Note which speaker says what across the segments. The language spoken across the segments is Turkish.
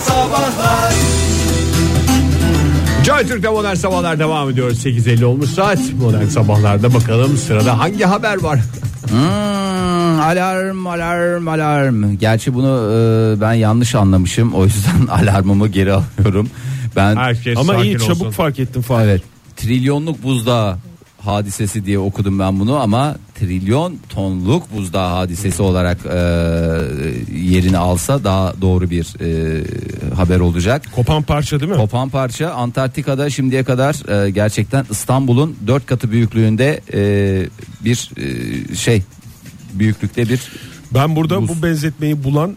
Speaker 1: Sabahlar
Speaker 2: Joy Türk'te modern sabahlar devam ediyor 8.50 olmuş saat modern sabahlarda bakalım sırada hangi haber var
Speaker 3: Hmm, alarm alarm alarm. Gerçi bunu e, ben yanlış anlamışım. O yüzden alarmımı geri alıyorum. Ben
Speaker 2: Herkes
Speaker 4: Ama
Speaker 2: sakin
Speaker 4: iyi
Speaker 2: olsun.
Speaker 4: çabuk fark ettim Fahir.
Speaker 3: evet trilyonluk buzdağı hadisesi diye okudum ben bunu ama trilyon tonluk buzdağı
Speaker 4: Hmm.
Speaker 3: hadisesi olarak e, yerini alsa daha doğru bir e, haber olacak.
Speaker 4: Kopan parça değil mi?
Speaker 3: Kopan parça Antarktika'da şimdiye kadar e, gerçekten İstanbul'un dört katı büyüklüğünde e, bir e, şey büyüklükte bir
Speaker 4: Ben burada
Speaker 3: Buz.
Speaker 4: bu benzetmeyi bulan e,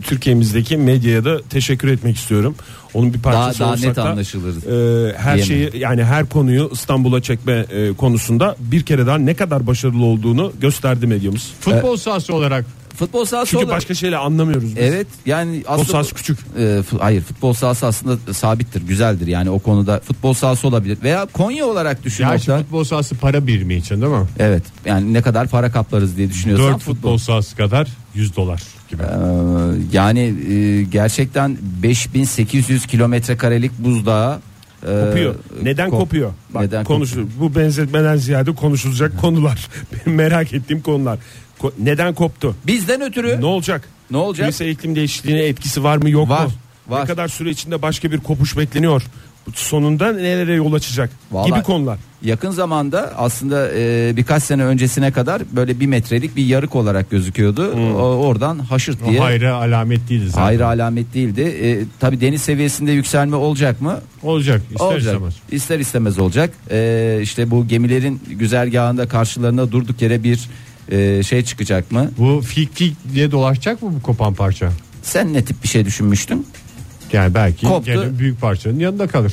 Speaker 4: Türkiye'mizdeki medyaya da teşekkür etmek istiyorum. Onun bir parçası
Speaker 3: Daha- daha
Speaker 4: olsak
Speaker 3: net
Speaker 4: da,
Speaker 3: anlaşılır
Speaker 4: e, her
Speaker 3: diyemem.
Speaker 4: şeyi yani her konuyu İstanbul'a çekme e, konusunda bir kere daha ne kadar başarılı olduğunu gösterdi medyamız.
Speaker 2: futbol sahası olarak şey
Speaker 3: futbol sahası
Speaker 4: Çünkü
Speaker 3: olarak-
Speaker 4: başka şeyle anlamıyoruz biz.
Speaker 3: Evet yani
Speaker 4: O
Speaker 3: aslında
Speaker 4: sahası küçük.
Speaker 3: E, fu- hayır futbol sahası aslında sabittir, güzeldir. Yani o konuda futbol sahası olabilir veya Konya olarak düşün.
Speaker 2: gerçi
Speaker 3: Oktay.
Speaker 2: futbol sahası para birimi için değil mi
Speaker 3: Evet. Yani ne kadar para kaplarız diye düşünüyorsan
Speaker 2: 4 futbol sahası kadar 100 dolar gibi
Speaker 3: Ee, yani e, gerçekten 5800 kilometre karelik buzdağı e,
Speaker 4: Kopuyor. Neden
Speaker 3: kop-
Speaker 4: kopuyor? Bak,
Speaker 3: Neden
Speaker 4: konuşu- Bu benzetmeden ziyade konuşulacak konular. Benim merak ettiğim konular. Ko- neden koptu?
Speaker 3: Bizden ötürü
Speaker 4: Ne olacak?
Speaker 3: Ne olacak?
Speaker 4: Küresel iklim değişikliğine etkisi var mı yok
Speaker 3: Var,
Speaker 4: mu?
Speaker 3: var.
Speaker 4: Ne kadar süre içinde başka bir kopuş bekleniyor? Bu Sonunda nelere yol açacak?
Speaker 3: Vallahi-
Speaker 4: Gibi konular.
Speaker 3: yakın zamanda aslında e, birkaç sene öncesine kadar böyle bir metrelik bir yarık olarak gözüküyordu.
Speaker 4: Hmm.
Speaker 3: O- oradan haşırt diye.
Speaker 2: o hayra alamet değiliz
Speaker 3: Hayır alamet değildi. E, tabii deniz seviyesinde yükselme olacak mı?
Speaker 2: olacak ister
Speaker 3: olacak.
Speaker 2: istemez
Speaker 3: İster istemez olacak. Ee, işte bu gemilerin güzergahında karşılarına durduk yere bir e, şey çıkacak mı?
Speaker 2: bu fik fik diye dolaşacak mı bu kopan parça
Speaker 3: Sen ne tip bir şey düşünmüştün?
Speaker 2: yani belki
Speaker 3: Koptu.
Speaker 2: gene büyük parçanın yanında kalır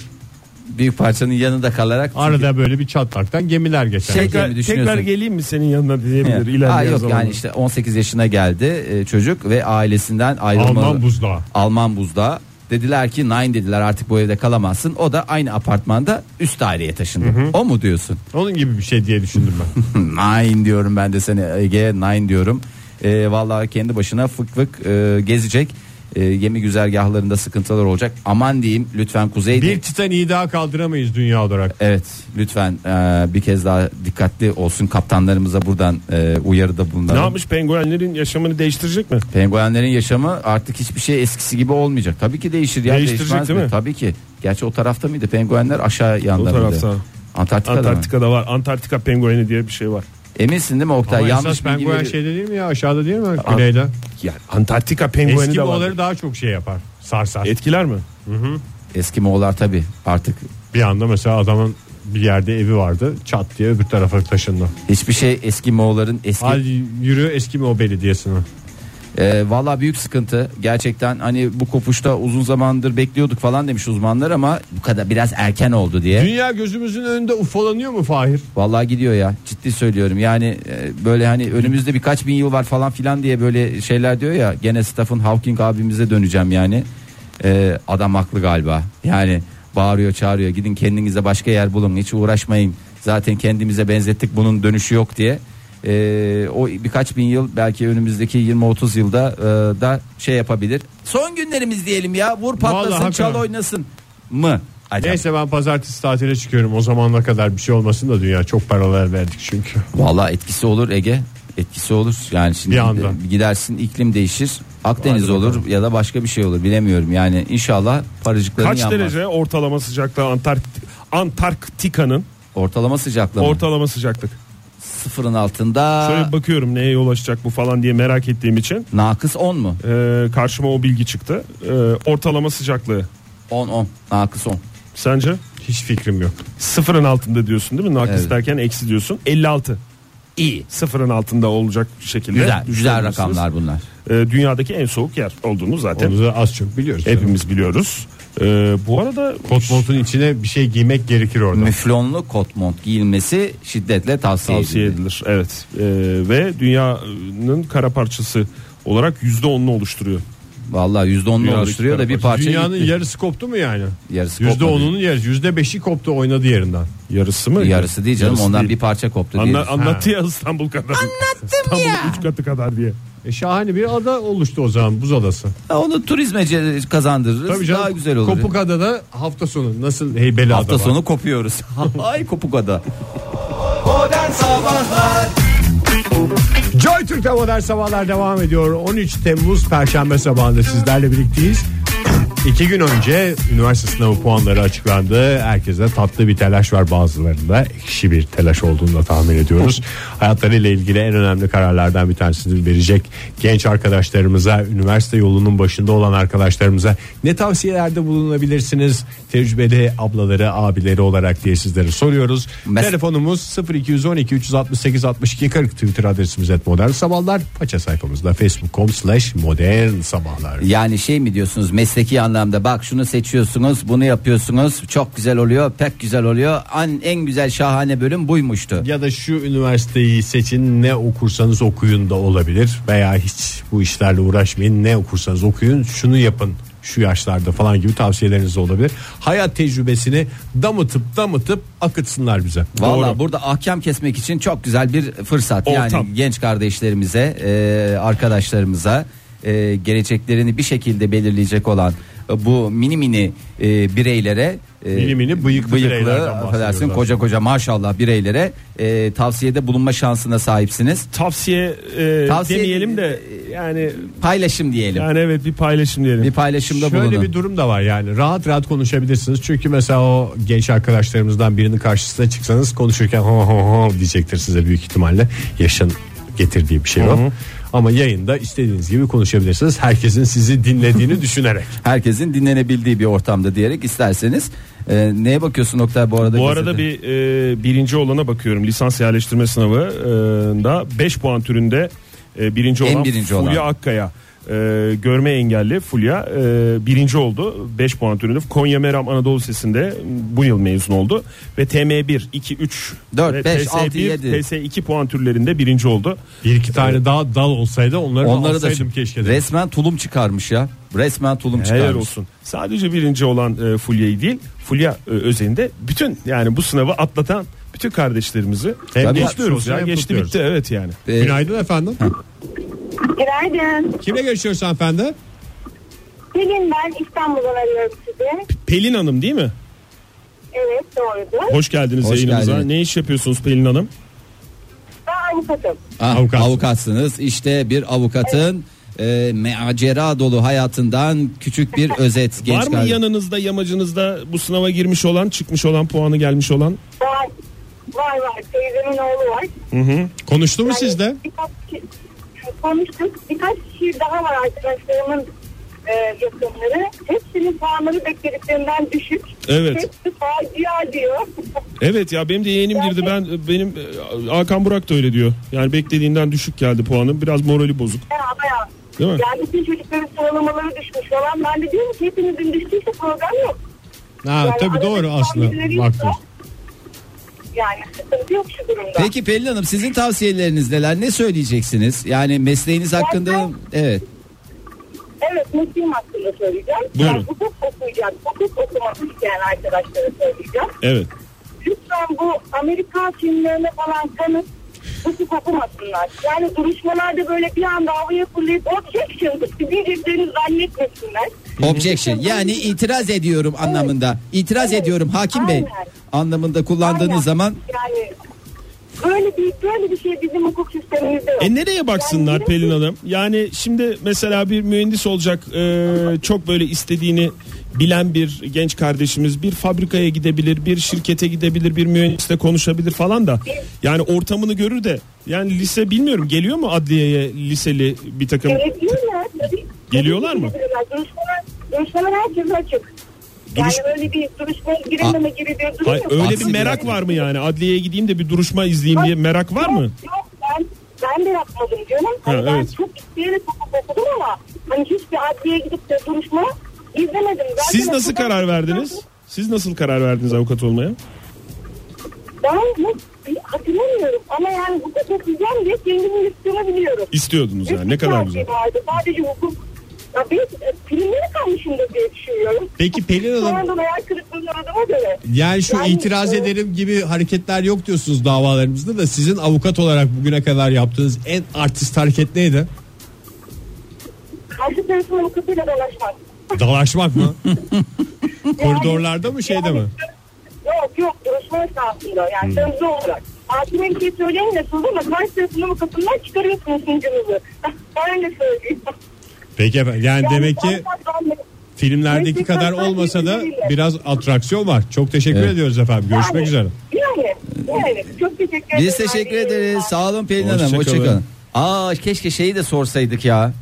Speaker 3: Büyük parçanın yanında kalarak.
Speaker 2: arada böyle bir çatlaktan gemiler geçer
Speaker 3: Şey-
Speaker 4: Tekrar,
Speaker 3: mi düşünüyorsun?
Speaker 4: tekrar geleyim mi senin yanına diyebilir
Speaker 3: Çünkü- Ha,
Speaker 4: ilerleyen
Speaker 3: yok
Speaker 4: zamanda.
Speaker 3: yani işte 18 yaşına geldi e, çocuk ve ailesinden ayrılmalı.
Speaker 2: Alman buzdağı
Speaker 3: Alman buzdağı. Dediler ki nine dediler artık bu evde kalamazsın. O da aynı apartmanda üst daireye taşındı. O mu diyorsun?
Speaker 2: onun gibi bir şey diye düşündüm ben
Speaker 3: Nine diyorum ben de seni Ege nine diyorum. Ee, vallahi kendi başına fık fık e, gezecek. E, yemi güzergahlarında sıkıntılar olacak. Aman diyeyim lütfen kuzey.
Speaker 2: bir titaniği daha kaldıramayız dünya olarak
Speaker 3: Evet lütfen e, bir kez daha dikkatli olsun kaptanlarımıza buradan e, uyarıda
Speaker 4: Ne
Speaker 3: bulunalım.
Speaker 4: yapmış penguenlerin yaşamını değiştirecek mi?
Speaker 3: Penguenlerin yaşamı artık hiçbir şey eskisi gibi olmayacak. Tabii ki değişir ya
Speaker 4: Değiştirecek
Speaker 3: değişmez
Speaker 4: değil
Speaker 3: mi?
Speaker 4: mi?
Speaker 3: Tabii ki. Gerçi o tarafta mıydı? Penguenler aşağı yanda
Speaker 4: O
Speaker 3: mıydı?
Speaker 4: tarafta.
Speaker 3: Antarktika'da mı?
Speaker 4: Antarktika'da var. Antarktika pengueni diye bir şey var.
Speaker 3: Eminsin değil mi Oktay?
Speaker 2: Ama
Speaker 3: Yanlış
Speaker 2: esas
Speaker 3: bilgi
Speaker 2: penguen şey
Speaker 3: veri-
Speaker 2: şeyde değil mi ya aşağıda değil mi güneyde?
Speaker 4: Yani Antarktika pengueni
Speaker 2: Eski
Speaker 4: de var.
Speaker 2: boğaları daha çok şey yapar sarsar.
Speaker 4: Etkiler mi?
Speaker 3: Eski Moğollar tabii artık
Speaker 2: Bir anda mesela adamın bir yerde evi vardı çat diye öbür tarafa taşındı.
Speaker 3: Hiçbir şey eski Moğolların eski
Speaker 2: Hadi yürü eski mi o belediyesine.
Speaker 3: e, valla büyük sıkıntı gerçekten hani bu kopuşta uzun zamandır bekliyorduk falan demiş uzmanlar ama bu kadar biraz erken oldu diye.
Speaker 2: Dünya gözümüzün önünde ufalanıyor mu Fahir?
Speaker 3: Vallahi gidiyor ya ciddi söylüyorum yani e, böyle hani önümüzde birkaç bin yıl var falan filan diye böyle şeyler diyor ya gene Stephen Hawking abimize döneceğim yani E, adam haklı galiba yani bağırıyor çağırıyor gidin kendinize başka yer bulun hiç uğraşmayın zaten kendimize benzettik bunun dönüşü yok diye. E, o birkaç bin yıl belki önümüzdeki 20-30 yılda e, da şey yapabilir. Son günlerimiz diyelim ya vur patlasın
Speaker 2: Vallahi
Speaker 3: çal
Speaker 2: hakikaten.
Speaker 3: oynasın mı? Acaba?
Speaker 2: Neyse ben pazartesi tatile çıkıyorum o zamana kadar bir şey olmasın da dünya çok paralar verdik çünkü.
Speaker 3: Vallahi etkisi olur Ege. Etkisi olur. Yani şimdi
Speaker 2: Bir anda.
Speaker 3: gidersin iklim değişir. Akdeniz olur ya da başka bir şey olur bilemiyorum. Yani inşallah paracıkların
Speaker 4: Kaç
Speaker 3: yanmaz.
Speaker 4: derece ortalama sıcaklığı Antarkt- Antarktika'nın
Speaker 3: Ortalama sıcaklığı mı?
Speaker 4: ortalama sıcaklık?
Speaker 3: sıfırın altında
Speaker 4: Şöyle bir bakıyorum neye yol açacak bu falan diye merak ettiğim için
Speaker 3: nakıs 10 mu?
Speaker 4: Ee, karşıma o bilgi çıktı. Ee, ortalama sıcaklığı
Speaker 3: 10 10 nakıs 10.
Speaker 4: sence?
Speaker 2: Hiç fikrim yok.
Speaker 4: Sıfırın altında diyorsun değil mi? Nakis
Speaker 3: Evet.
Speaker 4: derken eksi diyorsun. 56
Speaker 3: İyi.
Speaker 4: sıfırın altında olacak şekilde.
Speaker 3: Güzel güzel
Speaker 4: düşünebilirsiniz.
Speaker 3: rakamlar bunlar.
Speaker 4: Ee, dünyadaki en soğuk yer olduğunu zaten
Speaker 2: Onu da az çok biliyoruz.
Speaker 4: hepimiz biliyoruz. Ee, bu arada
Speaker 2: Kot montun içine bir şey giymek gerekir orada.
Speaker 3: Müflonlu kot mont giyilmesi şiddetle tavsiye,
Speaker 4: tavsiye
Speaker 3: edilir.
Speaker 4: edilir. Evet. Ee, ve dünyanın kara parçası olarak yüzde onunu oluşturuyor.
Speaker 3: Vallahi %10'lu
Speaker 4: Dünyadaki
Speaker 3: oluşturuyor da bir
Speaker 4: tarafı.
Speaker 3: parça
Speaker 2: Dünyanın
Speaker 3: gitti.
Speaker 2: yarısı koptu mu yani?
Speaker 3: Yarısı
Speaker 2: Yüzde
Speaker 3: kopmadı.
Speaker 2: onunun yarısı. Yüzde beşi koptu oynadı yerinden.
Speaker 4: Yarısı mı?
Speaker 3: yarısı değil canım
Speaker 4: Yarısı
Speaker 3: ondan
Speaker 4: değil.
Speaker 3: bir parça koptu
Speaker 4: Anla,
Speaker 3: diye.
Speaker 4: anlattı ya İstanbul kadar. Anlattım İstanbul ya. üç katı kadar diye.
Speaker 2: E, şahane bir ada oluştu o zaman buz adası.
Speaker 3: Ya onu turizme ce- kazandırırız.
Speaker 2: Tabii canım.
Speaker 3: Daha güzel olur.
Speaker 2: Kopukada'da hafta sonu nasıl heybeli ada
Speaker 3: Hafta
Speaker 2: var.
Speaker 3: sonu kopuyoruz. Ay kopukada.
Speaker 5: Modern Sabahlar
Speaker 2: Joy Türk'te modern sabahlar devam ediyor. 13 Temmuz Perşembe sabahında sizlerle birlikteyiz. İki gün önce üniversite sınavı puanları açıklandı. Herkeste tatlı bir telaş var bazılarında. Ekşi bir telaş olduğunu da tahmin ediyoruz. Hayatlarıyla ilgili en önemli kararlardan bir tanesini verecek genç arkadaşlarımıza, üniversite yolunun başında olan arkadaşlarımıza ne tavsiyelerde bulunabilirsiniz? Tecrübeli ablaları, abileri olarak diye sizlere soruyoruz.
Speaker 3: Mes-
Speaker 2: Telefonumuz 0212 368 62 40 Twitter adresimiz et modern sabahlar. Paça sayfamızda facebook.com slash modern sabahlar.
Speaker 3: Yani şey mi diyorsunuz mesleki anlamda bak şunu seçiyorsunuz bunu yapıyorsunuz çok güzel oluyor pek güzel oluyor An, en güzel şahane bölüm buymuştu.
Speaker 2: Ya da şu üniversiteyi seçin ne okursanız okuyun da olabilir veya hiç bu işlerle uğraşmayın ne okursanız okuyun şunu yapın şu yaşlarda falan gibi tavsiyeleriniz de olabilir. Hayat tecrübesini damıtıp damıtıp akıtsınlar bize.
Speaker 3: Valla
Speaker 2: Doğru.
Speaker 3: burada ahkam kesmek için çok güzel bir fırsat. Yani
Speaker 4: Ortam.
Speaker 3: genç kardeşlerimize, e, arkadaşlarımıza e, geleceklerini bir şekilde belirleyecek olan e, bu mini mini e, bireylere e,
Speaker 2: Mini mini bıyıklı bireylerden bahsediyoruz
Speaker 3: affedersin,
Speaker 2: aslında.
Speaker 3: koca koca maşallah bireylere e, tavsiyede bulunma şansına sahipsiniz.
Speaker 4: Tavsiye, e,
Speaker 3: Tavsiye-
Speaker 4: demeyelim de yani
Speaker 3: Paylaşım diyelim.
Speaker 4: yani evet bir paylaşım diyelim.
Speaker 3: bir paylaşımda
Speaker 2: Şöyle
Speaker 3: bulunun.
Speaker 2: bir durum da var yani rahat rahat konuşabilirsiniz çünkü mesela o genç arkadaşlarımızdan birinin karşısına çıksanız konuşurken ho ho ho diyecektir size büyük ihtimalle yaşın getirdiği bir şey o. Ama yayında istediğiniz gibi konuşabilirsiniz herkesin sizi dinlediğini düşünerek.
Speaker 3: Herkesin dinlenebildiği bir ortamda diyerek isterseniz e, neye bakıyorsun Oktay bu arada?
Speaker 4: Bu
Speaker 3: gazetede?
Speaker 4: arada bir e, birinci olana bakıyorum. Lisans yerleştirme sınavında 5 puan türünde e, birinci
Speaker 3: En
Speaker 4: olan
Speaker 3: birinci
Speaker 4: Fulya
Speaker 3: olan.
Speaker 4: Akkaya. E, görme engelli Fulya e, birinci oldu 5 puan türünde Konya Meram Anadolu Lisesi'nde bu yıl mezun oldu ve TM1 2 3
Speaker 3: Dört,
Speaker 4: ve
Speaker 3: beş,
Speaker 4: TS1,
Speaker 3: altı, yedi.
Speaker 4: TS2 puan türlerinde birinci oldu.
Speaker 2: Bir iki tane daha dal olsaydı onları, da
Speaker 3: Onları da
Speaker 2: alsaydım keşke. dedim.
Speaker 3: resmen tulum çıkarmış ya. Resmen tulum
Speaker 4: Helal
Speaker 3: çıkarmış.
Speaker 4: olsun. Sadece birinci olan e, Fulya'yı değil Fulya e, özelinde bütün yani bu sınavı atlatan bütün kardeşlerimizi
Speaker 2: Hem
Speaker 4: Tabii
Speaker 2: geçmiş
Speaker 4: kutluyoruz
Speaker 2: olsun,
Speaker 4: ya
Speaker 2: hem
Speaker 4: geçti
Speaker 2: kutluyoruz.
Speaker 4: bitti evet yani.
Speaker 3: Ee,
Speaker 2: Günaydın efendim.
Speaker 6: Günaydın.
Speaker 2: Kimle görüşüyoruz efendim?
Speaker 6: Bugün ben İstanbul'dan arıyorum sizi.
Speaker 4: Pelin Hanım değil mi?
Speaker 6: Evet doğrudur.
Speaker 4: Hoş geldiniz
Speaker 3: Hoş
Speaker 4: yayınımıza.
Speaker 3: geldiniz.
Speaker 4: Ne iş yapıyorsunuz Pelin Hanım?
Speaker 6: Ben avukatım.
Speaker 3: ah,
Speaker 2: avukat.
Speaker 3: Avukatsınız. İşte bir avukatın e, macera dolu hayatından küçük bir özet. Genç
Speaker 4: Var mı
Speaker 3: kardeş-
Speaker 4: yanınızda, yamacınızda bu sınava girmiş olan, çıkmış olan, puanı gelmiş olan?
Speaker 6: Var var, var. teyzemin oğlu var.
Speaker 2: Konuştu mu
Speaker 6: Yani
Speaker 2: sizde?
Speaker 6: Birkaç kişi, konuştuk. Birkaç kişi daha var arkadaşlarımın e, yakınları. Hepsinin puanları beklediklerinden düşük.
Speaker 4: Evet.
Speaker 6: Hepsi facia diyor.
Speaker 4: Evet ya benim de yeğenim girdi. Ben benim e, Hakan Burak da öyle diyor. Yani beklediğinden düşük geldi puanı. Biraz morali bozuk.
Speaker 6: ya baya.
Speaker 4: Değil mi?
Speaker 6: Yani bütün çocukların sıralamaları düşmüş falan. Ben de diyorum ki hepinizin düştüyse program yok.
Speaker 2: Ha,
Speaker 6: Yani
Speaker 2: tabii
Speaker 6: arada
Speaker 2: doğru
Speaker 6: bir
Speaker 2: aslında
Speaker 6: tahminleri
Speaker 2: baktım.
Speaker 6: yoksa, Yani sıkıntı yok şu durumda.
Speaker 3: Peki Pelin Hanım sizin tavsiyeleriniz neler? Ne söyleyeceksiniz? Yani mesleğiniz hakkında evet.
Speaker 6: Evet, Müslüm hakkında söyleyeceğim.
Speaker 4: Buyurun.
Speaker 6: Yani hukuk okuyacak, hukuk okumak isteyen arkadaşlara söyleyeceğim.
Speaker 4: Evet.
Speaker 6: Lütfen bu Amerikan filmlerine falan kanıp hukuk okumasınlar. Yani duruşmalarda böyle bir anda havaya fırlayıp "Oh, objection şey," diyeceklerini zannetmesinler.
Speaker 3: Objection yani itiraz ediyorum anlamında. İtiraz
Speaker 6: Evet.
Speaker 3: ediyorum hakim bey
Speaker 6: Aynen.
Speaker 3: anlamında kullandığınız
Speaker 6: Aynen.
Speaker 3: zaman
Speaker 6: Yani böyle bir, böyle bir şey bizim hukuk sistemimizde yok.
Speaker 4: E nereye baksınlar
Speaker 6: Yani-
Speaker 4: Pelin Hanım? Yani şimdi mesela bir mühendis olacak e, çok böyle istediğini bilen bir genç kardeşimiz bir fabrikaya gidebilir, bir şirkete gidebilir, bir mühendisle konuşabilir falan da yani ortamını görür de yani lise bilmiyorum geliyor mu adliyeye liseli bir takım
Speaker 6: Gelebiliyorlar tabii.
Speaker 4: Geliyorlar
Speaker 6: Tabii
Speaker 4: mı?
Speaker 6: ki gelebiliyorlar. Duruşmalar, duruşmalar herkese açık.
Speaker 4: Duruş-
Speaker 6: Yani öyle bir duruşmaya girememe gibi bir durum
Speaker 4: Hayır,
Speaker 6: yok.
Speaker 4: öyle bir
Speaker 3: Aksi
Speaker 4: merak
Speaker 3: yani.
Speaker 4: var mı yani adliyeye gideyim de bir duruşma izleyeyim diye merak var
Speaker 6: Yok,
Speaker 4: mı?
Speaker 6: Yok ben ben de yapmadım canım. Hani
Speaker 4: Ha,
Speaker 6: ben
Speaker 4: evet.
Speaker 6: çok isteyerek hukuk okudum ama hani hiçbir adliye gidip de duruşma izlemedim. Zaten
Speaker 4: Siz nasıl
Speaker 6: okuldan-
Speaker 4: karar verdiniz? Siz nasıl karar verdiniz avukat olmaya?
Speaker 6: Ben hiç bir hatırlamıyorum ama yani hukuk okuyacağım diye kendimi isteyebiliyorum.
Speaker 4: İstiyordunuz yani ne
Speaker 6: Hiçbir
Speaker 4: kadar
Speaker 6: tercih
Speaker 4: güzel.
Speaker 6: şey Vardı. Sadece hukuk ya ben e, filmleri kalmışımdır diye düşünüyorum.
Speaker 2: Peki Pelin
Speaker 6: Şu
Speaker 2: Hanım
Speaker 6: anda hayal kırıklığına uğradığıma göre.
Speaker 2: yani şu
Speaker 6: Yani,
Speaker 2: itiraz
Speaker 7: şey-
Speaker 6: e,
Speaker 2: ederim gibi hareketler yok diyorsunuz davalarımızda da sizin avukat olarak bugüne kadar yaptığınız en artist hareket neydi?
Speaker 7: Karşı tarafın avukatıyla dolaşmak.
Speaker 2: Dalaşmak mı?
Speaker 7: Yani-
Speaker 2: Koridorlarda mı şeyde mi?
Speaker 7: Yok yok duruşma esnasında yani
Speaker 2: Hmm.
Speaker 7: sözlü olarak. Hakime bir şey söyleyemiyorsunuz ama karşı tarafın avukatından çıkarıyorsunuz sunucunuzu. ben de söyleyeyim.
Speaker 2: Peki efendim. Yani demek ki filmlerdeki
Speaker 7: Gerçekten
Speaker 2: kadar
Speaker 7: fark
Speaker 2: olmasa da
Speaker 7: edildiğiyle.
Speaker 2: biraz atraksiyon var. Çok teşekkür
Speaker 3: Evet.
Speaker 2: ediyoruz efendim. Görüşmek
Speaker 7: Yani,
Speaker 2: üzere.
Speaker 7: Yani, yani çok teşekkür ederim.
Speaker 3: Biz teşekkür ederiz. Sağ olun Pelin
Speaker 2: Hoşça
Speaker 3: Hanım.
Speaker 2: kalın.
Speaker 3: Hoşçakalın. Aa keşke şeyi de sorsaydık ya.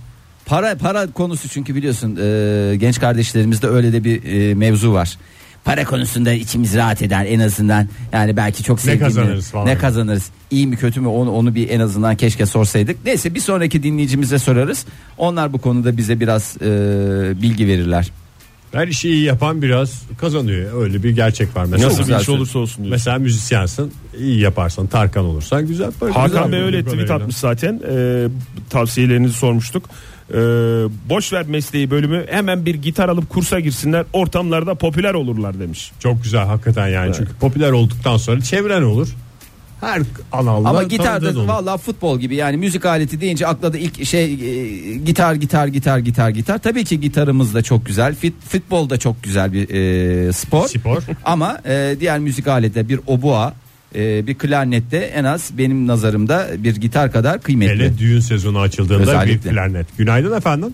Speaker 3: Para para konusu çünkü biliyorsun e, genç kardeşlerimizde öyle de bir e, mevzu var. Para konusunda içimiz rahat eder en azından. Yani belki çok sevdiğim
Speaker 2: kazanırız falan.
Speaker 3: Ne kazanırız? İyi mi kötü mü onu onu bir en azından keşke sorsaydık. Neyse bir sonraki dinleyicimize sorarız. Onlar bu konuda bize biraz e, bilgi verirler.
Speaker 2: Her işi iyi yapan biraz kazanıyor. Öyle bir gerçek var. Mesela, şey.
Speaker 4: Nasıl bir
Speaker 3: güzel
Speaker 4: iş
Speaker 3: söz.
Speaker 4: olursa olsun diyor.
Speaker 2: mesela müzisyensin. iyi yaparsan Tarkan olursan güzel. para- güzel
Speaker 4: Hakan Bey
Speaker 2: bir
Speaker 4: öyle tweet
Speaker 2: parayla.
Speaker 4: atmış zaten. Ee, tavsiyelerinizi sormuştuk. Ee, boş ver mesleği bölümü hemen bir gitar alıp kursa girsinler ortamlarda popüler olurlar demiş.
Speaker 2: Çok güzel hakikaten yani. Çünkü popüler olduktan sonra çevren olur. Her alanda
Speaker 3: Ama
Speaker 2: tanıdığın
Speaker 3: gitarda
Speaker 2: olur.
Speaker 3: valla futbol gibi yani müzik aleti deyince akla da ilk şey e, gitar gitar gitar gitar gitar. Tabii ki gitarımız da çok güzel. Fit, futbol da çok güzel bir e, spor.
Speaker 2: Spor.
Speaker 3: Ama e, diğer müzik aleti bir obua, e, bir klarnette en az benim nazarımda bir gitar kadar kıymetli.
Speaker 2: Hele düğün sezonu açıldığında
Speaker 3: Özellikle.
Speaker 2: bir planet. Günaydın efendim.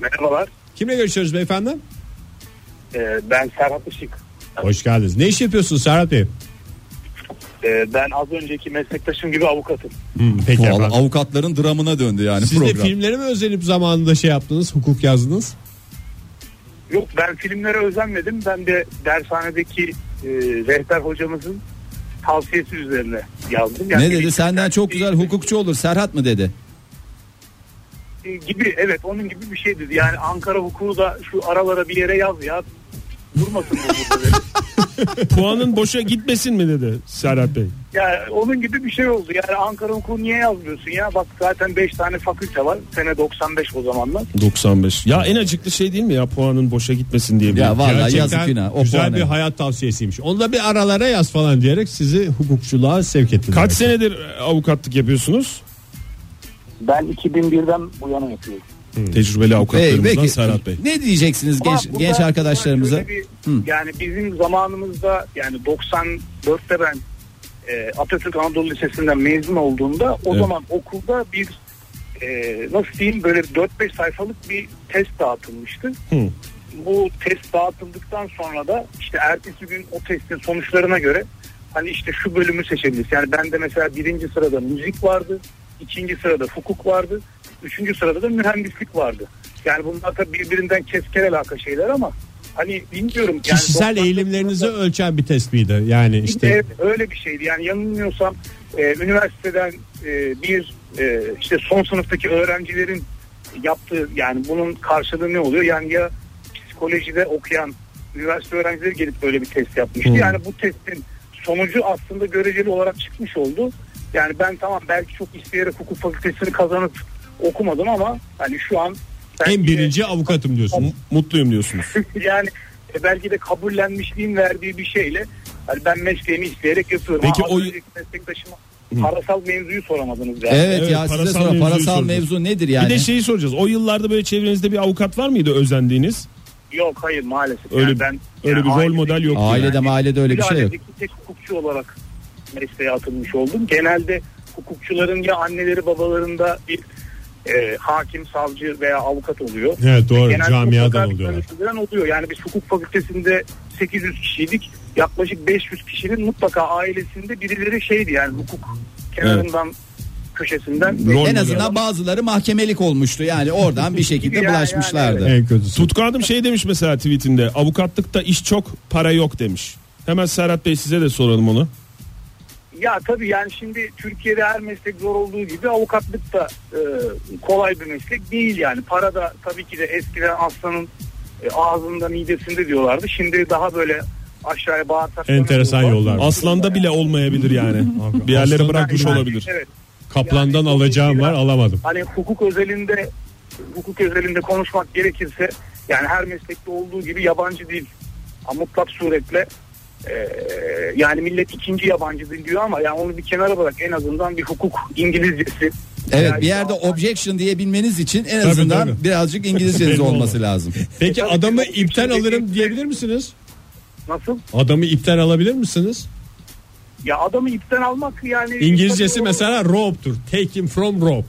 Speaker 8: Merhabalar.
Speaker 2: Kimle görüşüyoruz beyefendi?
Speaker 8: Ee, ben Serhat Işık.
Speaker 2: Hoş geldiniz. Ne iş yapıyorsunuz Serhat Bey?
Speaker 8: Ee, ben az önceki meslektaşım gibi avukatım.
Speaker 4: Hmm.
Speaker 2: peki
Speaker 9: Vallahi
Speaker 2: efendim.
Speaker 9: avukatların dramına döndü yani
Speaker 2: Siz de
Speaker 9: program.
Speaker 2: filmlere mi özenip zamanında şey yaptınız, hukuk yazdınız?
Speaker 8: Yok ben filmlere özenmedim. Ben de dershanedeki e, rehber hocamızın tavsiyesi üzerine yazdım.
Speaker 9: ne dedi? Senden çok güzel hukukçu olur Serhat mı dedi?
Speaker 8: E, gibi evet onun gibi bir şey dedi. Yani Ankara hukuku da şu aralara bir yere yaz ya. Durmasın bu burada dedi.
Speaker 4: Puanın boşa gitmesin mi dedi Serhat Bey.
Speaker 8: Yani onun gibi bir şey oldu. Yani Ankara hukuku niye yazmıyorsun ya? Bak zaten 5 tane fakülte var. Sene 95 o zamanlar.
Speaker 4: 95. Ya en acıklı şey değil mi ya puanın boşa gitmesin diye. bir-
Speaker 9: Ya vallahi
Speaker 2: Gerçekten
Speaker 9: yazık günah. O
Speaker 2: güzel
Speaker 9: puanı.
Speaker 2: bir hayat tavsiyesiymiş. Onu da bir aralara yaz falan diyerek sizi hukukçuluğa sevk ettiler.
Speaker 4: Kaç senedir avukatlık yapıyorsunuz?
Speaker 8: Ben 2001'den bu yana yapıyorum.
Speaker 4: Tecrübeli
Speaker 9: Hey,
Speaker 4: avukatlarımızdan
Speaker 9: peki,
Speaker 4: Serhat Bey.
Speaker 9: Ne diyeceksiniz
Speaker 8: Ama
Speaker 9: genç
Speaker 8: bu
Speaker 9: genç
Speaker 8: da-
Speaker 9: arkadaşlarımıza?
Speaker 8: şöyle bir- Yani bizim zamanımızda yani 94'te ben e, Atatürk Anadolu Lisesi'nden mezun olduğumda o zaman okulda bir e, nasıl diyeyim böyle 4-5 sayfalık bir test dağıtılmıştı. Bu test dağıtıldıktan sonra da işte ertesi gün o testin sonuçlarına göre hani işte şu bölümü seçebiliriz. Yani bende mesela birinci sırada müzik vardı, ikinci sırada hukuk vardı, üçüncü sırada da mühendislik vardı. Yani bunlar tabii birbirinden keskin alaka şeyler ama hani bilmiyorum. Yani
Speaker 2: Kişisel
Speaker 8: 90'lı
Speaker 2: eğilimlerinizi
Speaker 8: yıllarda-
Speaker 2: ölçen bir test miydi? Yani işte
Speaker 8: Evet, öyle bir şeydi. Yani yanılmıyorsam e, üniversiteden e, bir e, işte son sınıftaki öğrencilerin yaptığı yani bunun karşılığı ne oluyor? Yani ya psikolojide okuyan üniversite öğrencileri gelip böyle bir test yapmıştı.
Speaker 2: Hmm.
Speaker 8: Yani bu testin sonucu aslında göreceli olarak çıkmış oldu. Yani ben tamam belki çok isteyerek hukuk fakültesini kazanıp okumadım ama hani şu an belki
Speaker 2: en
Speaker 8: de-
Speaker 2: birinci avukatım diyorsun.
Speaker 4: Mutluyum diyorsunuz.
Speaker 8: yani e, belki de kabullenmişliğin verdiği bir şeyle hani ben mesleğimi isteyerek yapıyorum.
Speaker 4: Peki
Speaker 8: Ha, az
Speaker 4: o-
Speaker 8: önceki meslektaşıma parasal mevzuyu soramadınız yani.
Speaker 9: Evet,
Speaker 4: Evet,
Speaker 9: ya size
Speaker 4: parasal
Speaker 9: sonra
Speaker 4: mevzuyu
Speaker 9: parasal
Speaker 4: soracağız.
Speaker 9: mevzu nedir yani?
Speaker 4: Bir de şey şeyi soracağız. O yıllarda böyle çevrenizde bir avukat var mıydı özendiğiniz?
Speaker 8: Yok hayır maalesef.
Speaker 4: Öyle-
Speaker 8: yani ben,
Speaker 4: Öyle bir rol model yok.
Speaker 9: ailede ailede öyle bir şey yok.
Speaker 8: Ailedeki tek hukukçu olarak mesleğe atılmış oldum. Genelde hukukçuların ya anneleri babalarında bir e, hakim, savcı veya avukat oluyor.
Speaker 2: Evet doğru
Speaker 8: Genelde
Speaker 2: camiadan
Speaker 8: mutlaka
Speaker 2: oluyorlar.
Speaker 8: tanıştırılan oluyor. Yani biz hukuk fakültesinde 800 kişiydik. Yaklaşık 500 kişinin mutlaka ailesinde birileri şeydi yani hukuk kenarından köşesinden.
Speaker 4: Rol
Speaker 9: en
Speaker 4: model.
Speaker 9: azından bazıları mahkemelik olmuştu yani oradan bir şekilde
Speaker 8: Yani,
Speaker 9: bulaşmışlardı.
Speaker 2: En kötüsü.
Speaker 4: Tutku Hanım şey demiş mesela tweetinde. Avukatlıkta iş çok, para yok demiş. Hemen Serhat Bey size de soralım onu.
Speaker 8: Ya tabii yani şimdi Türkiye'de her meslek zor olduğu gibi avukatlık da e, kolay bir meslek değil yani. Para da tabii ki de eskiden aslanın e, ağzında midesinde diyorlardı. Şimdi daha böyle aşağıya bağır taşlarına
Speaker 2: Enteresan
Speaker 8: doğru-
Speaker 2: yollar.
Speaker 4: Aslanda bile olmayabilir yani. bir yerlere
Speaker 2: aslında
Speaker 4: bırakmış
Speaker 8: Yani,
Speaker 4: olabilir.
Speaker 8: Evet.
Speaker 2: Kaplandan
Speaker 8: Yani-
Speaker 2: alacağım var alamadım.
Speaker 8: hani hukuk özelinde hukuk özelinde konuşmak gerekirse yani her meslekte olduğu gibi yabancı dil ha, mutlak suretle e, yani millet ikinci yabancı dil diyor ama yani onu bir kenara bırak en azından bir hukuk İngilizcesi
Speaker 3: Evet bir yerde objection diyebilmeniz için en azından
Speaker 2: tabii.
Speaker 3: birazcık İngilizceniz
Speaker 2: Belli
Speaker 3: olması lazım.
Speaker 2: Peki
Speaker 8: E, tabii
Speaker 2: adamı
Speaker 8: ki bu
Speaker 2: ipten
Speaker 8: işlerdeki-
Speaker 2: alırım diyebilir misiniz?
Speaker 8: Nasıl?
Speaker 2: Adamı ipten alabilir misiniz?
Speaker 8: Ya adamı ipten almak yani.
Speaker 2: İngilizcesi
Speaker 8: Tabii o-
Speaker 2: mesela rope'tur. Take him from rope.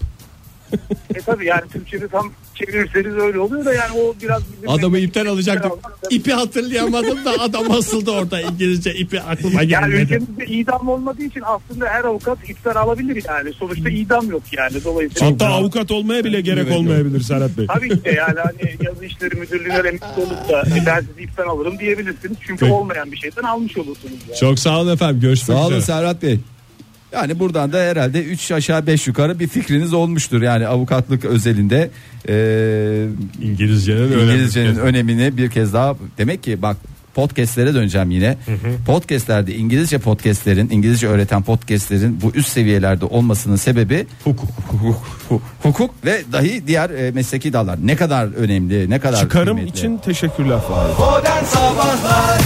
Speaker 8: E tabii yani Türkçe'de tam çevirirseniz öyle oluyor da yani o biraz... bizim
Speaker 2: Adamı
Speaker 8: memleketi-
Speaker 2: ipten alacaktım.
Speaker 8: almak tabii.
Speaker 2: İpi hatırlayamadım da adam asıldı orada İngilizce ipi aklıma
Speaker 8: Yani
Speaker 2: gelmedi.
Speaker 8: ülkemizde idam olmadığı için aslında her avukat iptal alabilir yani. Sonuçta idam yok yani. Dolayısıyla
Speaker 4: Hatta avukat olmaya bile gerek olmayabilir Serhat Bey.
Speaker 8: Tabii ki de yani hani yazı işleri müdürlüğüne emekli olup da e, ben sizi iptal alırım diyebilirsiniz. Çünkü
Speaker 2: Peki.
Speaker 8: olmayan bir şeyden almış olursunuz. Yani.
Speaker 2: Çok sağ olun efendim. Görüşmek
Speaker 3: Sağ olun
Speaker 2: üzere.
Speaker 3: Serhat Bey. Yani buradan da herhalde 3 aşağı 5 yukarı bir fikriniz olmuştur. Yani avukatlık özelinde eee
Speaker 2: İngilizcenin önemli.
Speaker 3: İngilizcenin önemini bir kez daha demek ki bak podcastlere döneceğim yine. Podcastlerde İngilizce podcastlerin, İngilizce öğreten podcastlerin bu üst seviyelerde olmasının sebebi hukuk hukuk, ve dahi diğer e, mesleki dallar. Ne kadar önemli, ne kadar
Speaker 4: Çıkarım
Speaker 3: kıymetli.
Speaker 4: için teşekkürler falan.
Speaker 1: Modern Sabahlar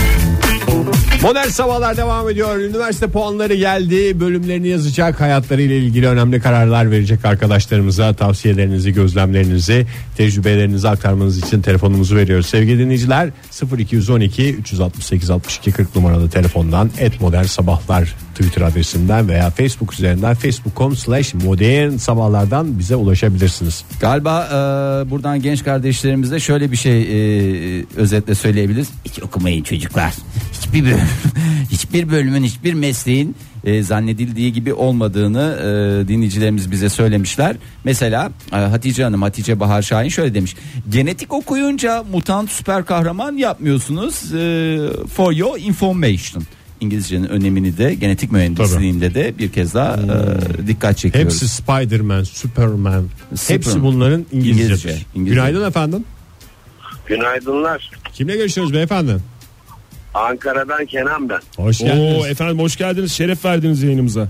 Speaker 2: Modern Sabahlar devam ediyor. Üniversite puanları geldi. Bölümlerini yazacak, hayatlarıyla ilgili önemli kararlar verecek arkadaşlarımıza tavsiyelerinizi, gözlemlerinizi, tecrübelerinizi aktarmanız için telefonumuzu veriyoruz. Sevgili dinleyiciler 0212 368 62 40 numaralı telefondan et modern sabahlar Twitter adresinden veya Facebook üzerinden facebook.com slash modern sabahlardan bize ulaşabilirsiniz.
Speaker 3: Galiba e, buradan genç kardeşlerimize şöyle bir şey e, özetle söyleyebiliriz. Hiç okumayın çocuklar. Hiçbir bölüm, hiçbir bölümün, hiçbir mesleğin e, zannedildiği gibi olmadığını e, dinleyicilerimiz bize söylemişler. Mesela e, Hatice Hanım, Hatice Bahar Şahin şöyle demiş. Genetik okuyunca mutant süper kahraman yapmıyorsunuz. E, for your information. İngilizcenin önemini de genetik mühendisliğinde de bir kez daha e, dikkat çekiyoruz.
Speaker 2: Hepsi Spider-Man, Superman, hepsi
Speaker 3: Superman.
Speaker 2: bunların İngilizcedir.
Speaker 3: İngilizce, İngilizce.
Speaker 2: Günaydın efendim.
Speaker 10: Günaydınlar.
Speaker 2: Kimle görüşüyoruz beyefendi?
Speaker 10: Ankara'dan Kenan ben.
Speaker 2: Hoş geldiniz.
Speaker 4: Oo efendim hoş geldiniz. Şeref verdiniz yayınımıza.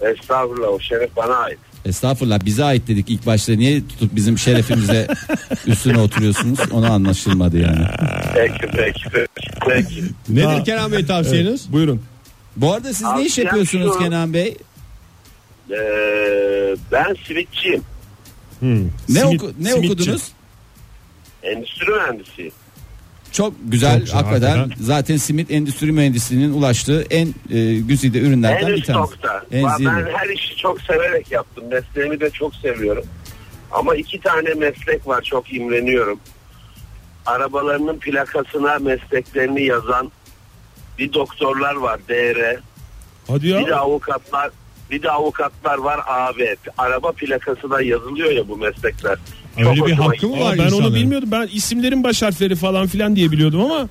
Speaker 10: Estağfurullah o şeref bana ait.
Speaker 3: Estağfurullah bize ait dedik ilk başta niye tutup bizim şerefimize üstüne oturuyorsunuz onu anlaşılmadı yani.
Speaker 10: Peki peki peki. peki.
Speaker 2: Nedir
Speaker 4: Ha.
Speaker 2: Kenan Bey tavsiyeniz?
Speaker 4: Buyurun.
Speaker 3: Bu arada siz ne
Speaker 10: Abi,
Speaker 3: iş
Speaker 10: yani
Speaker 3: yapıyorsunuz
Speaker 10: şu-
Speaker 3: Kenan Bey?
Speaker 10: Ee, ben simitçiyim.
Speaker 2: Hmm.
Speaker 3: Ne,
Speaker 4: Simit-
Speaker 3: oku- ne
Speaker 4: simitçi.
Speaker 3: okudunuz?
Speaker 10: Endüstri mühendisiyim.
Speaker 3: Çok güzel,
Speaker 2: Çok güzel,
Speaker 3: hakikaten.
Speaker 2: hakikaten.
Speaker 3: Zaten simit endüstri mühendisliğinin ulaştığı en e, güzide
Speaker 10: En
Speaker 3: ürünlerden bir
Speaker 10: üst
Speaker 3: tanesi.
Speaker 10: nokta.
Speaker 3: En
Speaker 10: Ben
Speaker 3: zirve.
Speaker 10: ben her işi çok severek yaptım. Mesleğimi de çok seviyorum. Ama iki tane meslek var çok imreniyorum. Arabalarının plakasına mesleklerini yazan bir doktorlar var DR.
Speaker 4: Hadi
Speaker 10: Bir de
Speaker 4: ya.
Speaker 10: avukatlar bir de avukatlar var AB. Araba plakasına yazılıyor ya bu meslekler.
Speaker 2: Öyle bir
Speaker 10: hoşuma
Speaker 2: hakkı mı
Speaker 10: gitti.
Speaker 4: Aa, ben
Speaker 2: insanların.
Speaker 4: onu bilmiyordum. Ben isimlerin baş harfleri falan filan diye biliyordum ama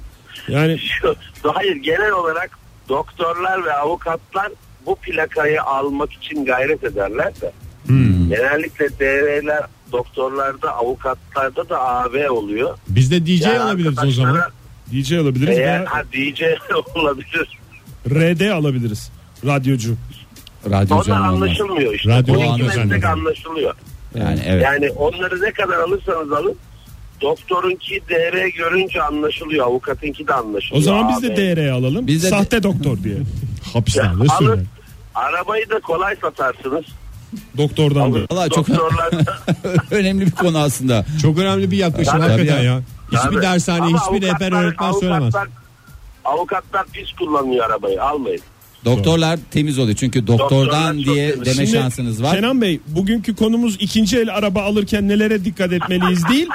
Speaker 4: yani
Speaker 10: Şu- Hayır genel olarak doktorlar ve avukatlar bu plakayı almak için gayret ederler de.
Speaker 2: Hmm.
Speaker 10: Genellikle DR'ler doktorlarda avukatlarda da AB oluyor.
Speaker 2: Biz de DJ
Speaker 10: Yani
Speaker 2: alabiliriz o
Speaker 10: arkadaşlara
Speaker 2: zaman.
Speaker 4: DJ alabiliriz
Speaker 10: Eğer
Speaker 4: veya
Speaker 10: ha, DJ olabilir.
Speaker 4: RD alabiliriz. Radyocu.
Speaker 3: Radyo
Speaker 10: Onlar
Speaker 3: canlı olan.
Speaker 10: anlaşılmıyor işte.
Speaker 2: Radyo
Speaker 10: Bu iki
Speaker 2: anlaşılmıyor.
Speaker 10: meslek anlaşılıyor.
Speaker 3: Yani evet.
Speaker 10: Yani onları ne kadar alırsanız alın doktorunki DR görünce anlaşılıyor. Avukatınki de anlaşılıyor.
Speaker 4: O zaman biz de
Speaker 10: AB.
Speaker 4: DR alalım.
Speaker 3: Biz de-
Speaker 4: Sahte doktor diye.
Speaker 10: Ya,
Speaker 2: Hapishanede
Speaker 10: alın.
Speaker 2: sürüyor.
Speaker 10: Arabayı da kolay satarsınız.
Speaker 4: Doktordan da.
Speaker 3: Vallahi çok
Speaker 10: Doktorlar
Speaker 3: önemli bir konu aslında.
Speaker 2: Çok önemli bir yaklaşım
Speaker 10: Tabii
Speaker 2: hakikaten
Speaker 3: ya.
Speaker 2: ya. Hiçbir
Speaker 10: Tabii.
Speaker 2: dershane,
Speaker 10: Ama
Speaker 2: hiçbir rehber
Speaker 10: avukatlar-
Speaker 2: öğretmen söylemez.
Speaker 10: avukatlar- Avukatlar pis kullanıyor arabayı almayın.
Speaker 3: Doktorlar temiz oluyor çünkü
Speaker 10: Doktorlar
Speaker 3: doktordan
Speaker 10: çok
Speaker 3: diye
Speaker 10: temiz.
Speaker 3: deme
Speaker 4: Şimdi
Speaker 3: şansınız var.
Speaker 4: Kenan Bey bugünkü konumuz ikinci el araba alırken nelere dikkat etmeliyiz değil.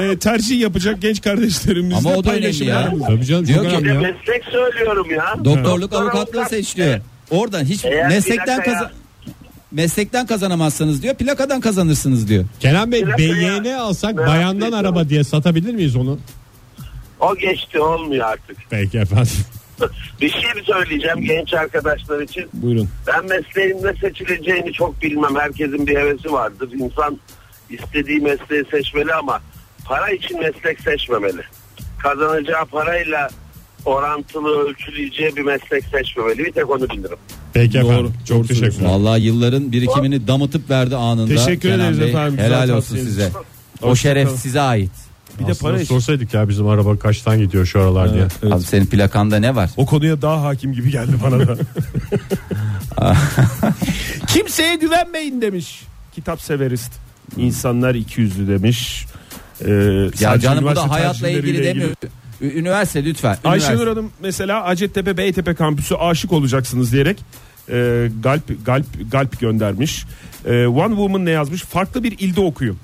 Speaker 4: e, tercih yapacak genç kardeşlerimizle
Speaker 3: Ama o da önemli ya.
Speaker 4: paylaşımlarımız.
Speaker 2: Tabii canım çok
Speaker 3: Diyor ki-
Speaker 10: Bir
Speaker 2: önemli
Speaker 10: de
Speaker 2: ya.
Speaker 10: meslek söylüyorum ya.
Speaker 3: Doktorluk
Speaker 10: Doktor,
Speaker 3: avukatlığı
Speaker 10: avukat.
Speaker 3: seçiliyor.
Speaker 10: Evet.
Speaker 3: Oradan hiç
Speaker 10: Eğer
Speaker 3: meslekten
Speaker 10: plakaya-
Speaker 3: kazan meslekten kazanamazsınız diyor. Plakadan kazanırsınız diyor.
Speaker 2: Kenan Bey
Speaker 10: Biraz
Speaker 2: BYN
Speaker 10: ya.
Speaker 2: alsak
Speaker 10: Biraz
Speaker 2: bayandan
Speaker 10: ya.
Speaker 2: araba diye satabilir miyiz onu?
Speaker 10: O geçti olmuyor artık.
Speaker 2: Peki efendim.
Speaker 10: Bir şey söyleyeceğim genç arkadaşlar için.
Speaker 4: Buyurun.
Speaker 10: Ben mesleğimde seçileceğini çok bilmem. Herkesin bir hevesi vardır. İnsan istediği mesleği seçmeli ama para için meslek seçmemeli. Kazanacağı parayla orantılı ölçüleyeceği bir meslek seçmemeli. Bir tek onu bilirim.
Speaker 2: Peki efendim. Çok teşekkürler.
Speaker 3: Vallahi yılların birikimini damıtıp verdi anında.
Speaker 4: Teşekkür ederiz efendim, güzel
Speaker 3: Helal olsun
Speaker 4: tavsiyeniz
Speaker 3: size.
Speaker 4: için.
Speaker 3: O
Speaker 4: Hoşça
Speaker 3: şeref
Speaker 4: kalın.
Speaker 3: size ait.
Speaker 4: Bir de para için.
Speaker 2: sorsaydık ya bizim araba kaçtan gidiyor şu aralar diye.
Speaker 4: Evet.
Speaker 3: Abi senin plakanda ne var?
Speaker 4: O konuya daha hakim gibi geldi bana da.
Speaker 11: Kimseye güvenmeyin demiş.
Speaker 4: kitap severist insanlar iki yüzlü demiş. Ee,
Speaker 3: Ya
Speaker 4: sadece
Speaker 3: canım bu
Speaker 4: üniversite
Speaker 3: da hayatla
Speaker 4: tercihleriyle
Speaker 3: ilgili demiyor. Ü- Üniversite lütfen. Üniversite.
Speaker 4: Ayşenur Hanım mesela Hacettepe Beytepe kampüsü aşık olacaksınız diyerek e, galp galp galp göndermiş. E, One Woman ne yazmış? Farklı bir ilde okuyun.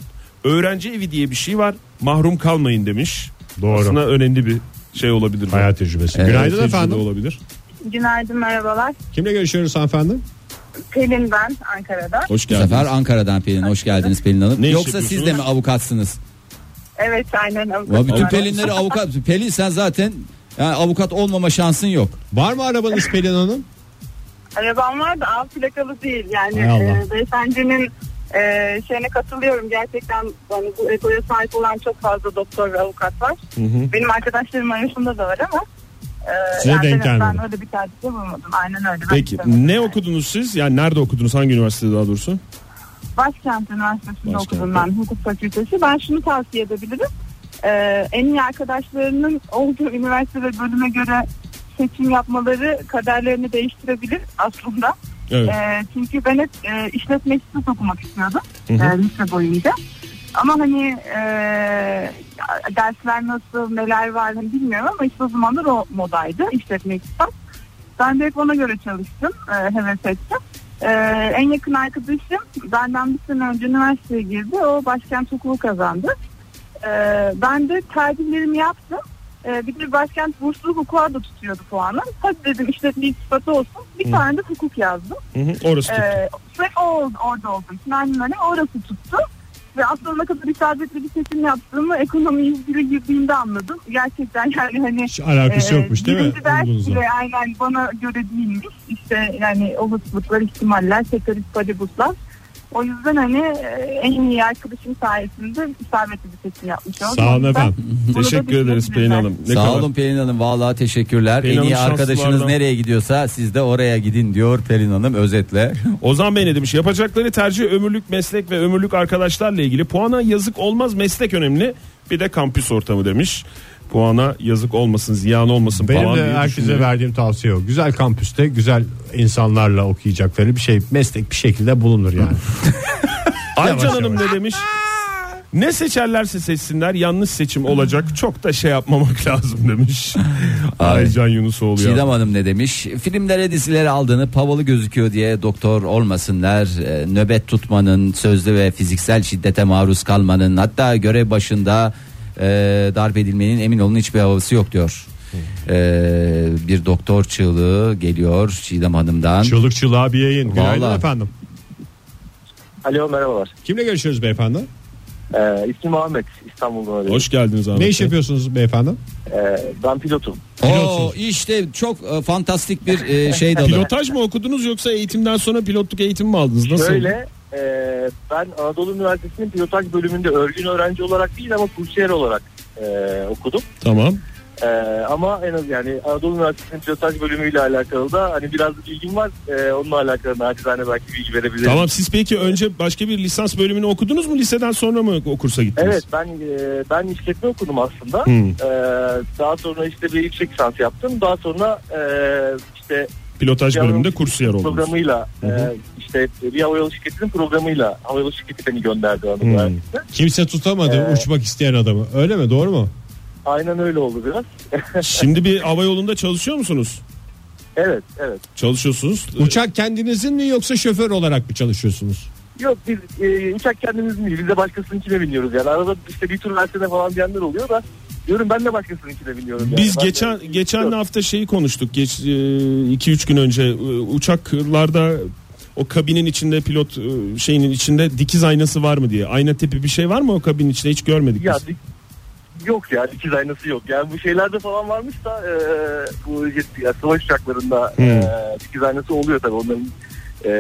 Speaker 4: Öğrenci evi diye bir şey var. Mahrum kalmayın demiş.
Speaker 2: Doğru.
Speaker 4: Aslında önemli bir şey olabilir. bu.
Speaker 2: Hayat tecrübesi.
Speaker 3: Evet.
Speaker 2: Günaydın
Speaker 4: Tecrübe
Speaker 2: efendim.
Speaker 4: olabilir.
Speaker 7: Günaydın merhabalar.
Speaker 2: Kimle görüşüyoruz hanımefendi?
Speaker 7: Pelin ben Ankara'da.
Speaker 4: Hoş
Speaker 3: Bu sefer Ankara'dan Pelin hoş geldiniz Pelin Hanım.
Speaker 4: Ne iş
Speaker 3: Yoksa siz de mi
Speaker 4: yapıyorsunuz?
Speaker 3: avukatsınız?
Speaker 7: Evet aynen
Speaker 3: Ya
Speaker 7: avukatım.
Speaker 3: bütün
Speaker 7: ben.
Speaker 3: Pelinleri avukat. Pelin sen zaten yani avukat olmama şansın yok.
Speaker 2: Var mı arabanız Pelin Hanım?
Speaker 7: Arabam var da av plakalı değil. Yani
Speaker 2: Hay Allah.
Speaker 7: e, beyefendinin e, şeyine katılıyorum. Gerçekten yani bu egoya sahip olan çok fazla doktor ve avukat var. Benim arkadaşlarım arasında da var ama e,
Speaker 2: Size
Speaker 7: yani ben-
Speaker 2: denk gelmedi.
Speaker 7: Ben öyle bir tercihte bulmadım. Aynen öyle. Ben
Speaker 4: Peki
Speaker 7: istemedim.
Speaker 4: ne okudunuz siz? Yani nerede okudunuz? Hangi üniversitede daha doğrusu?
Speaker 7: Başkent Üniversitesi'nde
Speaker 4: Başkent.
Speaker 7: okudum ben hukuk fakültesi. Ben şunu tavsiye edebilirim. Ee, en iyi arkadaşlarının olduğu üniversite ve bölüme göre seçim yapmaları kaderlerini değiştirebilir aslında.
Speaker 4: Evet.
Speaker 7: Ee, çünkü ben hep e, işletme lisesi okumak istiyordum e, lise boyunca. Ama hani e, dersler nasıl, neler var hani bilmiyorum ama işte o zamanlar o modaydı işletme iktisat. Ben de hep ona göre çalıştım, e, heves ettim. E, en yakın arkadaşım benden bir sene önce üniversiteye girdi. O başkent okulu kazandı. E, ben de tercihlerimi yaptım. E, bir de başkent burslu hukuka da tutuyordu puanı. Hadi dedim işletme iktisatı olsun. Bir tane de hukuk yazdım.
Speaker 4: Hı hı, Orası tuttu.
Speaker 7: Ee, ve o oldu, orada oldum. Şimdi annem orası tuttu. Ve aslında ne kadar isabetli bir seçim yaptığımı ekonomi yüzüyle girdiğimde anladım. Gerçekten yani hani...
Speaker 2: Hiç alakası yokmuş değil mi?
Speaker 7: birinci ders
Speaker 2: Bulduğunuz zaman.
Speaker 7: bile aynen bana göre değilmiş. İşte yani olasılıklar, ihtimaller, sektörist paribuslar. O yüzden hani e, en iyi arkadaşım sayesinde isabetli bir seçim yapmış oldum.
Speaker 2: Sağ olun
Speaker 7: O yüzden
Speaker 2: efendim.
Speaker 7: bunu da
Speaker 4: Teşekkür ederiz Pelin
Speaker 7: düşünebilirler.
Speaker 4: Hanım. Ne
Speaker 3: Sağ
Speaker 4: kadar-
Speaker 3: olun Pelin Hanım vallahi teşekkürler.
Speaker 4: Pelin
Speaker 3: en iyi
Speaker 4: Hanım
Speaker 3: arkadaşınız
Speaker 4: şanslılardan.
Speaker 3: nereye gidiyorsa siz de oraya gidin diyor Pelin Hanım özetle.
Speaker 4: Ozan Bey ne demiş? Yapacakları tercih ömürlük meslek ve ömürlük arkadaşlarla ilgili. Puana yazık olmaz meslek önemli. Bir de kampüs ortamı demiş. Puana yazık olmasın, ziyan olmasın
Speaker 2: Benim
Speaker 4: falan
Speaker 2: de
Speaker 4: diye
Speaker 2: herkese
Speaker 4: düşünüyor.
Speaker 2: verdiğim tavsiye o. Güzel kampüste güzel insanlarla okuyacakları bir şey meslek bir şekilde bulunur yani.
Speaker 4: Aycan
Speaker 2: Yavaş
Speaker 4: Hanım
Speaker 2: yavaş.
Speaker 4: ne demiş? Ne seçerlerse seçsinler yanlış seçim olacak. Çok da şey yapmamak lazım demiş. Aycan Yunusoğlu ya.
Speaker 3: Çiğdem Hanım ne demiş? Filmlere dizilere aldığını havalı gözüküyor diye doktor olmasınlar. Ee, Nöbet tutmanın, sözlü ve fiziksel şiddete maruz kalmanın hatta görev başında e, darp edilmenin emin olun hiçbir havası yok diyor. Ee, bir doktor çığlığı geliyor Çiğdem Hanım'dan.
Speaker 2: Çığlıkçıl abi yayın. Günaydın
Speaker 3: Vallahi.
Speaker 2: efendim.
Speaker 12: Alo merhabalar.
Speaker 2: Kimle görüşüyoruz beyefendi?
Speaker 12: Ee, ismim Ahmet İstanbul'dan arıyorum.
Speaker 4: Hoş geldiniz abi.
Speaker 2: Ne iş yapıyorsunuz beyefendi?
Speaker 12: Ee, ben pilotum.
Speaker 3: Oo, işte çok e, fantastik bir e, şey dalı.
Speaker 4: Pilotaj mı okudunuz yoksa eğitimden sonra pilotluk eğitimi mi aldınız? Nasıl?
Speaker 12: Şöyle e, ben Anadolu Üniversitesi'nin pilotaj bölümünde örgün öğrenci olarak değil ama kursiyer olarak e, okudum.
Speaker 4: Tamam.
Speaker 12: E, ama en az yani Anadolu Üniversitesi'nin pilotaj bölümüyle alakalı da hani biraz bilgim var. E, onunla alakalı naçizane belki bilgi verebilirim.
Speaker 4: Tamam siz peki önce başka bir lisans bölümünü okudunuz mu? Liseden sonra mı o kursa gittiniz?
Speaker 12: Evet ben e, ben işletme okudum aslında.
Speaker 4: Hmm.
Speaker 12: E, daha sonra işte bir yüksek lisans yaptım. Daha sonra e, işte
Speaker 4: Pilotaj
Speaker 12: Yalnız
Speaker 4: bölümünde kursiyer oldunuz.
Speaker 12: programıyla e, işte bir havayolu şirketinin programıyla havayolu şirketi beni gönderdi Anadolu
Speaker 4: Hmm.
Speaker 12: Üniversitesi'ne.
Speaker 2: Kimse tutamadı
Speaker 12: Ee,
Speaker 2: uçmak isteyen adamı. Öyle mi? Doğru mu?
Speaker 12: Aynen öyle oldu biraz.
Speaker 4: Şimdi bir hava yolunda çalışıyor musunuz?
Speaker 12: Evet evet.
Speaker 4: Çalışıyorsunuz.
Speaker 12: Ee,
Speaker 2: Uçak kendinizin mi yoksa şoför olarak mı çalışıyorsunuz?
Speaker 12: Yok biz e, uçak kendimiz mi? Biz de başkasınınkine biniyoruz yani. Arada işte bir tur versene falan diyenler oluyor da diyorum ben de başkasınınkine biniyorum. yani.
Speaker 4: Biz
Speaker 12: Ben de-
Speaker 4: geçen geçen
Speaker 12: Yok.
Speaker 4: hafta şeyi konuştuk. Geç 2 3 gün önce e, uçaklarda o kabinin içinde pilot e, şeyinin içinde dikiz aynası var mı diye. Ayna tipi bir şey var mı o kabinin içinde hiç görmedik
Speaker 12: Ya
Speaker 4: biz.
Speaker 12: dik- yok ya dikiz aynası yok. Yani bu şeylerde falan varmış da e, bu jet, ya, savaş uçaklarında e, dikiz aynası oluyor tabii onların e,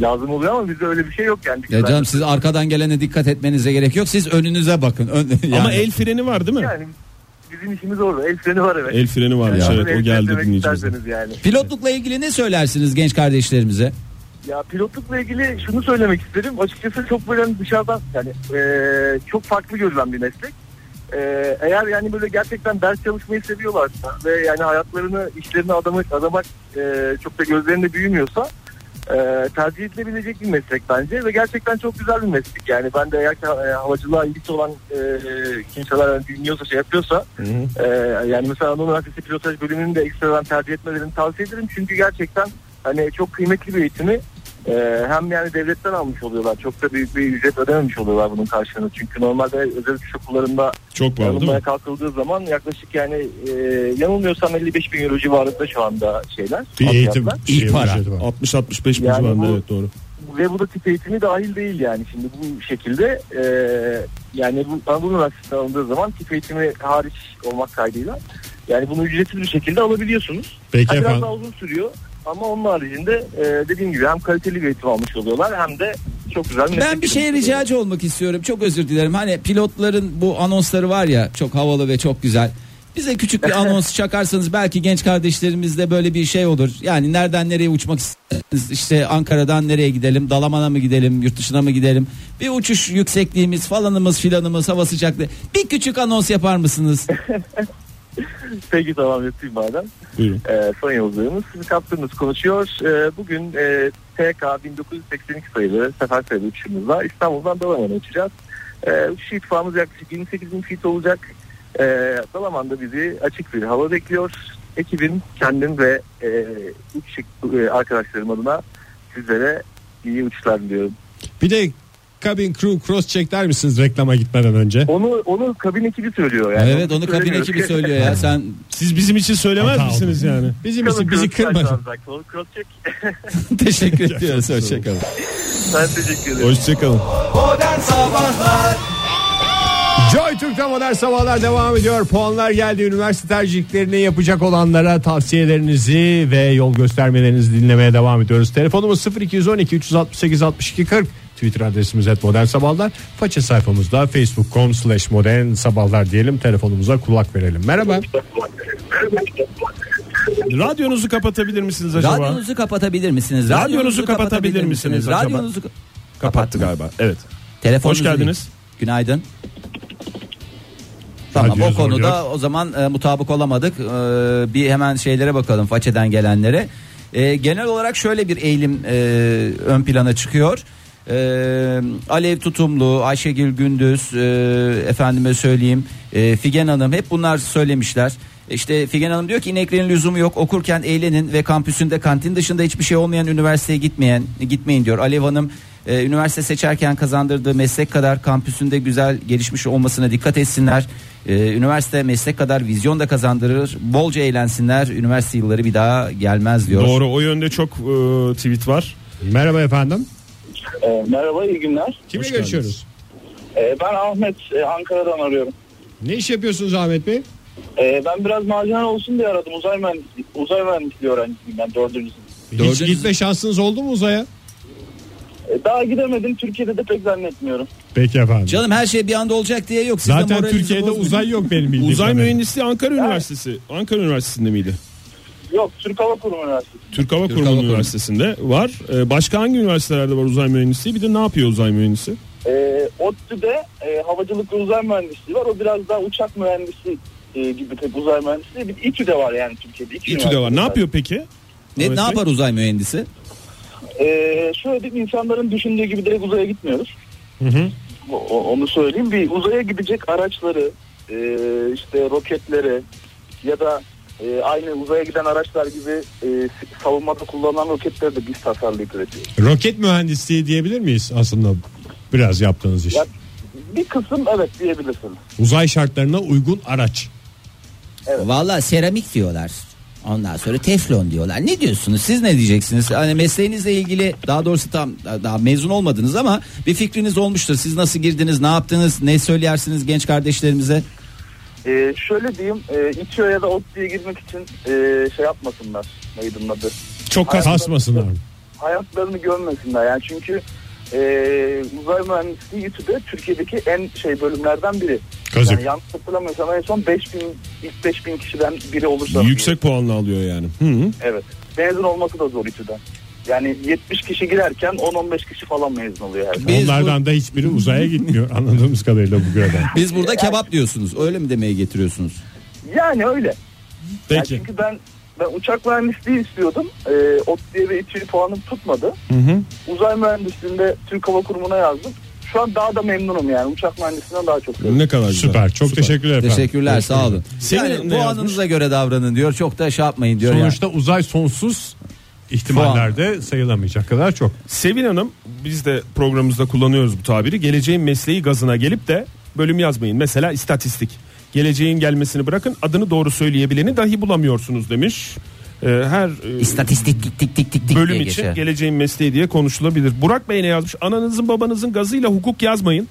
Speaker 12: lazım oluyor ama bizde öyle bir şey yok yani. dikiz
Speaker 3: Ya canım
Speaker 12: aynası.
Speaker 3: siz arkadan gelene dikkat etmenize gerek yok. Siz önünüze bakın. Ön- yani.
Speaker 4: Ama el freni var değil mi?
Speaker 12: Yani bizim işimiz orada. El freni var evet.
Speaker 4: El freni varmış
Speaker 12: Yani
Speaker 4: evet
Speaker 12: el
Speaker 4: o
Speaker 12: freni
Speaker 4: geldi
Speaker 12: demek
Speaker 4: dinleyicimizden.
Speaker 12: isterseniz Yani.
Speaker 3: Pilotlukla ilgili ne söylersiniz genç kardeşlerimize?
Speaker 12: Ya pilotlukla ilgili şunu söylemek isterim. Açıkçası çok böyle hani dışarıdan yani e, çok farklı görülen bir meslek. E, eğer yani böyle gerçekten ders çalışmayı seviyorlarsa ve yani hayatlarını işlerine adamak, adamak e, çok da gözlerinde büyümüyorsa e, tercih edilebilecek bir meslek bence ve gerçekten çok güzel bir meslek yani ben de eğer ki, e, havacılığa ilgisi olan e, kimseler yani dinliyorsa şey yapıyorsa e, yani mesela Anadolu Üniversitesi pilotaj bölümünü de ekstradan tercih etmelerini tavsiye ederim çünkü gerçekten hani çok kıymetli bir eğitimi e, hem yani devletten almış oluyorlar çok da büyük bir ücret ödememiş oluyorlar bunun karşılığını çünkü normalde özel uçuş okullarında
Speaker 4: Çok pahalı değil
Speaker 12: alınmaya
Speaker 4: mi?
Speaker 12: kalkıldığı zaman yaklaşık yani e, yanılmıyorsam 55 bin euro civarında şu anda şeyler.
Speaker 2: Bir eğitim
Speaker 12: fiyatlar.
Speaker 2: şeyi,
Speaker 13: para.
Speaker 2: ücreti var.
Speaker 4: 60-65 bin
Speaker 12: Yani
Speaker 4: civarında
Speaker 12: bu-
Speaker 4: evet doğru.
Speaker 12: Ve bu da tip eğitimi dahil değil yani şimdi bu şekilde e, yani bu Anadolu Üniversitesi'ne alındığı zaman tip eğitimi hariç olmak kaydıyla yani bunu ücretsiz bir şekilde alabiliyorsunuz.
Speaker 2: Peki
Speaker 12: Ha, biraz
Speaker 2: efendim.
Speaker 12: daha uzun sürüyor ama onun haricinde e, dediğim gibi hem kaliteli bir eğitim almış oluyorlar hem de çok güzel meslek
Speaker 3: Ben bir şey şeye
Speaker 12: edinmiş oluyorlar.
Speaker 3: ricacı olmak istiyorum. Çok özür dilerim. Hani pilotların bu anonsları var ya çok havalı ve çok güzel. Bize küçük bir anons çakarsanız belki genç kardeşlerimizde böyle bir şey olur. Yani nereden nereye uçmak istersiniz? İşte Ankara'dan nereye gidelim? Dalaman'a mı gidelim? Yurt dışına mı gidelim? Bir uçuş yüksekliğimiz falanımız filanımız hava sıcaklığı. Bir küçük anons yapar mısınız?
Speaker 12: Peki tamam yapayım madem.
Speaker 4: Buyurun.
Speaker 12: Ee, son yolculuğumuz. Sizi kaptığımız konuşuyor. Ee, bugün e, TK 1982 sayılı sefer sayılı uçuşumuzla İstanbul'dan Dalaman'a uçacağız. Ee, uçuş itfamız yaklaşık 28 bin feet olacak. Ee, Dalaman'da bizi açık bir hava bekliyor. Ekibim, kendim ve e, uçuş e, arkadaşlarım adına sizlere iyi uçuşlar diliyorum.
Speaker 2: Bir de cabin crew cross check der misiniz reklama gitmeden önce?
Speaker 12: Onu onu kabin ekibi söylüyor yani.
Speaker 3: evet onu kabin
Speaker 12: söylemiyoruz.
Speaker 3: ekibi söylüyor ya. Sen
Speaker 4: Siz bizim için söylemez
Speaker 2: Hata
Speaker 4: misiniz yani?
Speaker 2: Bizim için bizi kırmadın.
Speaker 12: Cross check.
Speaker 3: teşekkür ediyoruz. Hoşçakalın.
Speaker 12: Ben teşekkür ederim.
Speaker 4: Hoşçakalın.
Speaker 14: Modern Sabahlar
Speaker 2: Joy Türk'te modern sabahlar devam ediyor. Puanlar geldi. Üniversite tercihlerini yapacak olanlara tavsiyelerinizi ve yol göstermelerinizi dinlemeye devam ediyoruz. Telefonumuz 0212 368 62 40. Twitter adresimiz et modern sabahlar. Faça sayfamızda facebook.com slash modern sabahlar diyelim. Telefonumuza kulak verelim. Merhaba.
Speaker 4: Radyonuzu kapatabilir misiniz acaba?
Speaker 3: Radyonuzu kapatabilir misiniz?
Speaker 4: Radyonuzu kapatabilir misiniz acaba?
Speaker 3: Radyonuzu
Speaker 4: Kapattı galiba. Evet.
Speaker 3: Telefonunuzu-
Speaker 4: Hoş geldiniz.
Speaker 3: Günaydın. Tamam
Speaker 2: Radyo
Speaker 3: o konuda
Speaker 2: zorluyor.
Speaker 3: o zaman e, mutabık olamadık. E, bir hemen şeylere bakalım façeden gelenlere. E, genel olarak şöyle bir eğilim e, ön plana çıkıyor. E, Alev Tutumlu, Ayşegül Gündüz, e, efendime söyleyeyim e, Figen Hanım hep bunlar söylemişler. İşte Figen Hanım diyor ki ineklerin lüzumu yok okurken eğlenin ve kampüsünde kantin dışında hiçbir şey olmayan üniversiteye gitmeyen gitmeyin diyor. Alev Hanım e, üniversite seçerken kazandırdığı meslek kadar kampüsünde güzel gelişmiş olmasına dikkat etsinler. E, üniversite meslek kadar vizyon da kazandırır. Bolca eğlensinler. Üniversite yılları bir daha gelmez diyor.
Speaker 4: Doğru o yönde çok e, tweet var.
Speaker 2: Merhaba efendim.
Speaker 9: Ee, merhaba iyi günler.
Speaker 2: Kimle
Speaker 4: Hoş
Speaker 2: görüşüyoruz?
Speaker 9: Ee, ben Ahmet e, Ankara'dan arıyorum.
Speaker 2: Ne iş yapıyorsunuz Ahmet Bey?
Speaker 9: Ee, ben biraz macera olsun diye aradım. Uzay mühendisliği, uzay mühendisliği öğrencisiyim ben dördüncü sınıf.
Speaker 2: Hiç gitme şansınız oldu mu uzaya?
Speaker 9: Ee, daha gidemedim. Türkiye'de de pek zannetmiyorum.
Speaker 2: Peki efendim.
Speaker 3: Canım her şey bir anda olacak diye yok. Siz de
Speaker 2: Zaten
Speaker 3: moralinizi
Speaker 2: Türkiye'de
Speaker 3: bozmayın.
Speaker 2: uzay yok benim bildiğim.
Speaker 4: Uzay
Speaker 2: kadarıyla.
Speaker 4: Mühendisliği Ankara Üniversitesi. Ankara Üniversitesi'nde miydi?
Speaker 9: Yok Türk Hava Kurumu Üniversitesi.
Speaker 4: Türk Hava
Speaker 3: Hava
Speaker 4: Kurumu
Speaker 3: Kurumu.
Speaker 4: Üniversitesi'nde var. Ee, başka hangi üniversitelerde var uzay mühendisliği? Bir de ne yapıyor uzay mühendisi?
Speaker 9: Ee, ODTÜ'de e, havacılık ve uzay mühendisliği var. O biraz daha uçak mühendisi e, gibi tek uzay mühendisliği. Bir İTÜ'de var yani Türkiye'de. İki
Speaker 4: İTÜ'de var. Ne
Speaker 9: üniversite
Speaker 4: yapıyor peki?
Speaker 3: Ne, ne yapar uzay mühendisi?
Speaker 9: Ee, şöyle diyeyim insanların düşündüğü gibi direkt uzaya gitmiyoruz. O- o- onu söyleyeyim. Bir uzaya gidecek araçları, e, işte roketleri ya da e, aynı uzaya giden araçlar gibi e, savunmada kullanılan roketleri de biz tasarlayıp üretiyoruz.
Speaker 2: Roket mühendisliği diyebilir miyiz aslında biraz yaptığınız iş?
Speaker 9: Ya, bir kısım evet diyebilirsin.
Speaker 2: Uzay şartlarına uygun araç.
Speaker 3: Valla seramik diyorlar. Ondan sonra teflon diyorlar. Ne diyorsunuz? Siz ne diyeceksiniz? Hani mesleğinizle ilgili daha doğrusu tam daha mezun olmadınız ama bir fikriniz olmuştur. Siz nasıl girdiniz? Ne yaptınız? Ne söylersiniz genç kardeşlerimize?
Speaker 9: E, şöyle diyeyim, e, İTÜ'ye ya da ODTÜ'ye girmek için e, şey yapmasınlar. Neydi bunun adı?
Speaker 2: Çok
Speaker 9: Hayır,
Speaker 2: kasmasınlar.
Speaker 9: hayatlarını görmesinler yani çünkü e, uzay mühendisliği İTÜ'de Türkiye'deki en şey bölümlerden biri.
Speaker 2: Kazık.
Speaker 9: Yani yanlış hatırlamıyorsam en son 5000 ilk 5000 kişiden biri olursa.
Speaker 4: Yüksek puanla alıyor yani. Hı hı.
Speaker 9: Evet. Mezun olması da zor İTÜ'den. Yani 70 kişi girerken 10-15 kişi falan mezun oluyor her
Speaker 3: Biz, bu-
Speaker 2: Onlardan da hiçbiri uzaya gitmiyor anladığımız kadarıyla bu göreden.
Speaker 3: biz burada kebap diyorsunuz. Öyle mi demeye getiriyorsunuz?
Speaker 9: Yani öyle. Yani
Speaker 4: Peki.
Speaker 9: çünkü ben
Speaker 1: Ben uçak mühendisliği istiyordum.
Speaker 9: E,
Speaker 1: Ee, ODTÜ'ye ve İTÜ'ye puanım tutmadı. Uzay mühendisliğinde Türk Hava Kurumu'na yazdım. Şu an daha da memnunum yani. Uçak mühendisliğinden daha çok
Speaker 4: Ne kadar güzel.
Speaker 2: Süper. Çok teşekkürler efendim.
Speaker 3: Teşekkürler sağ olun.
Speaker 4: Senin
Speaker 3: yani
Speaker 4: ne yazmış?
Speaker 3: puanınıza göre davranın diyor. Çok da şey yapmayın diyor. yani.
Speaker 2: Sonuçta uzay sonsuz ihtimallerde sayılamayacak kadar çok.
Speaker 4: Sevin Hanım biz de programımızda kullanıyoruz bu tabiri. Geleceğin mesleği gazına gelip de bölüm yazmayın. Mesela istatistik. Geleceğin gelmesini bırakın adını doğru söyleyebileni dahi bulamıyorsunuz demiş. Ee, her e,
Speaker 3: İstatistik tik tik tik tik tik
Speaker 4: bölüm
Speaker 3: diye
Speaker 4: için
Speaker 3: geçer.
Speaker 4: geleceğin mesleği diye konuşulabilir. Burak Bey ne yazmış? Ananızın babanızın gazıyla hukuk yazmayın.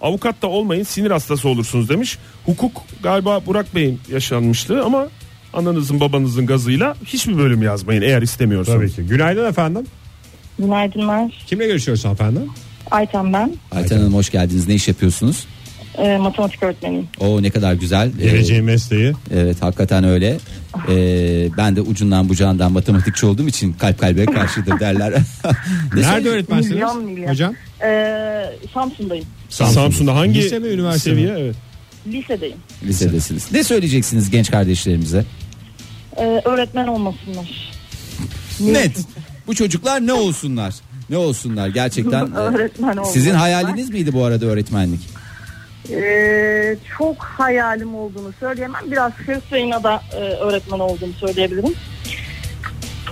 Speaker 4: Avukat da olmayın sinir hastası olursunuz demiş. Hukuk galiba Burak Bey'in yaşanmıştı ama ananızın babanızın gazıyla hiçbir bölüm yazmayın eğer istemiyorsanız.
Speaker 2: Tabii ki. Günaydın efendim.
Speaker 7: Günaydınlar.
Speaker 2: Kimle görüşüyoruz efendim?
Speaker 7: Ayten ben.
Speaker 3: Ayten Hanım hoş geldiniz. Ne iş yapıyorsunuz?
Speaker 7: Ee, matematik öğretmeniyim.
Speaker 3: O ne kadar güzel. Ee,
Speaker 2: Geleceğin mesleği.
Speaker 3: Evet hakikaten öyle. Ee, ben de ucundan bucağından matematikçi olduğum için kalp kalbe karşıdır derler. Ne
Speaker 2: Nerede
Speaker 3: söyleyeyim?
Speaker 2: öğretmensiniz?
Speaker 7: Milyon milyon.
Speaker 2: Hocam?
Speaker 7: Ee, Samsun'dayım.
Speaker 4: Samsun'da, hangi
Speaker 2: Lise mi, üniversite
Speaker 4: seviye?
Speaker 2: mi?
Speaker 4: Evet.
Speaker 7: Lisedeyim.
Speaker 3: Lisedesiniz. Ne söyleyeceksiniz genç kardeşlerimize?
Speaker 7: Ee, öğretmen olmasınlar.
Speaker 3: Net. Bu çocuklar ne olsunlar? Ne olsunlar gerçekten? e,
Speaker 7: Öğretmen olmak.
Speaker 3: Sizin hayaliniz miydi bu arada öğretmenlik?
Speaker 7: Ee, çok hayalim olduğunu söyleyemem. Biraz hırsıyla da e, öğretmen olduğumu söyleyebilirim.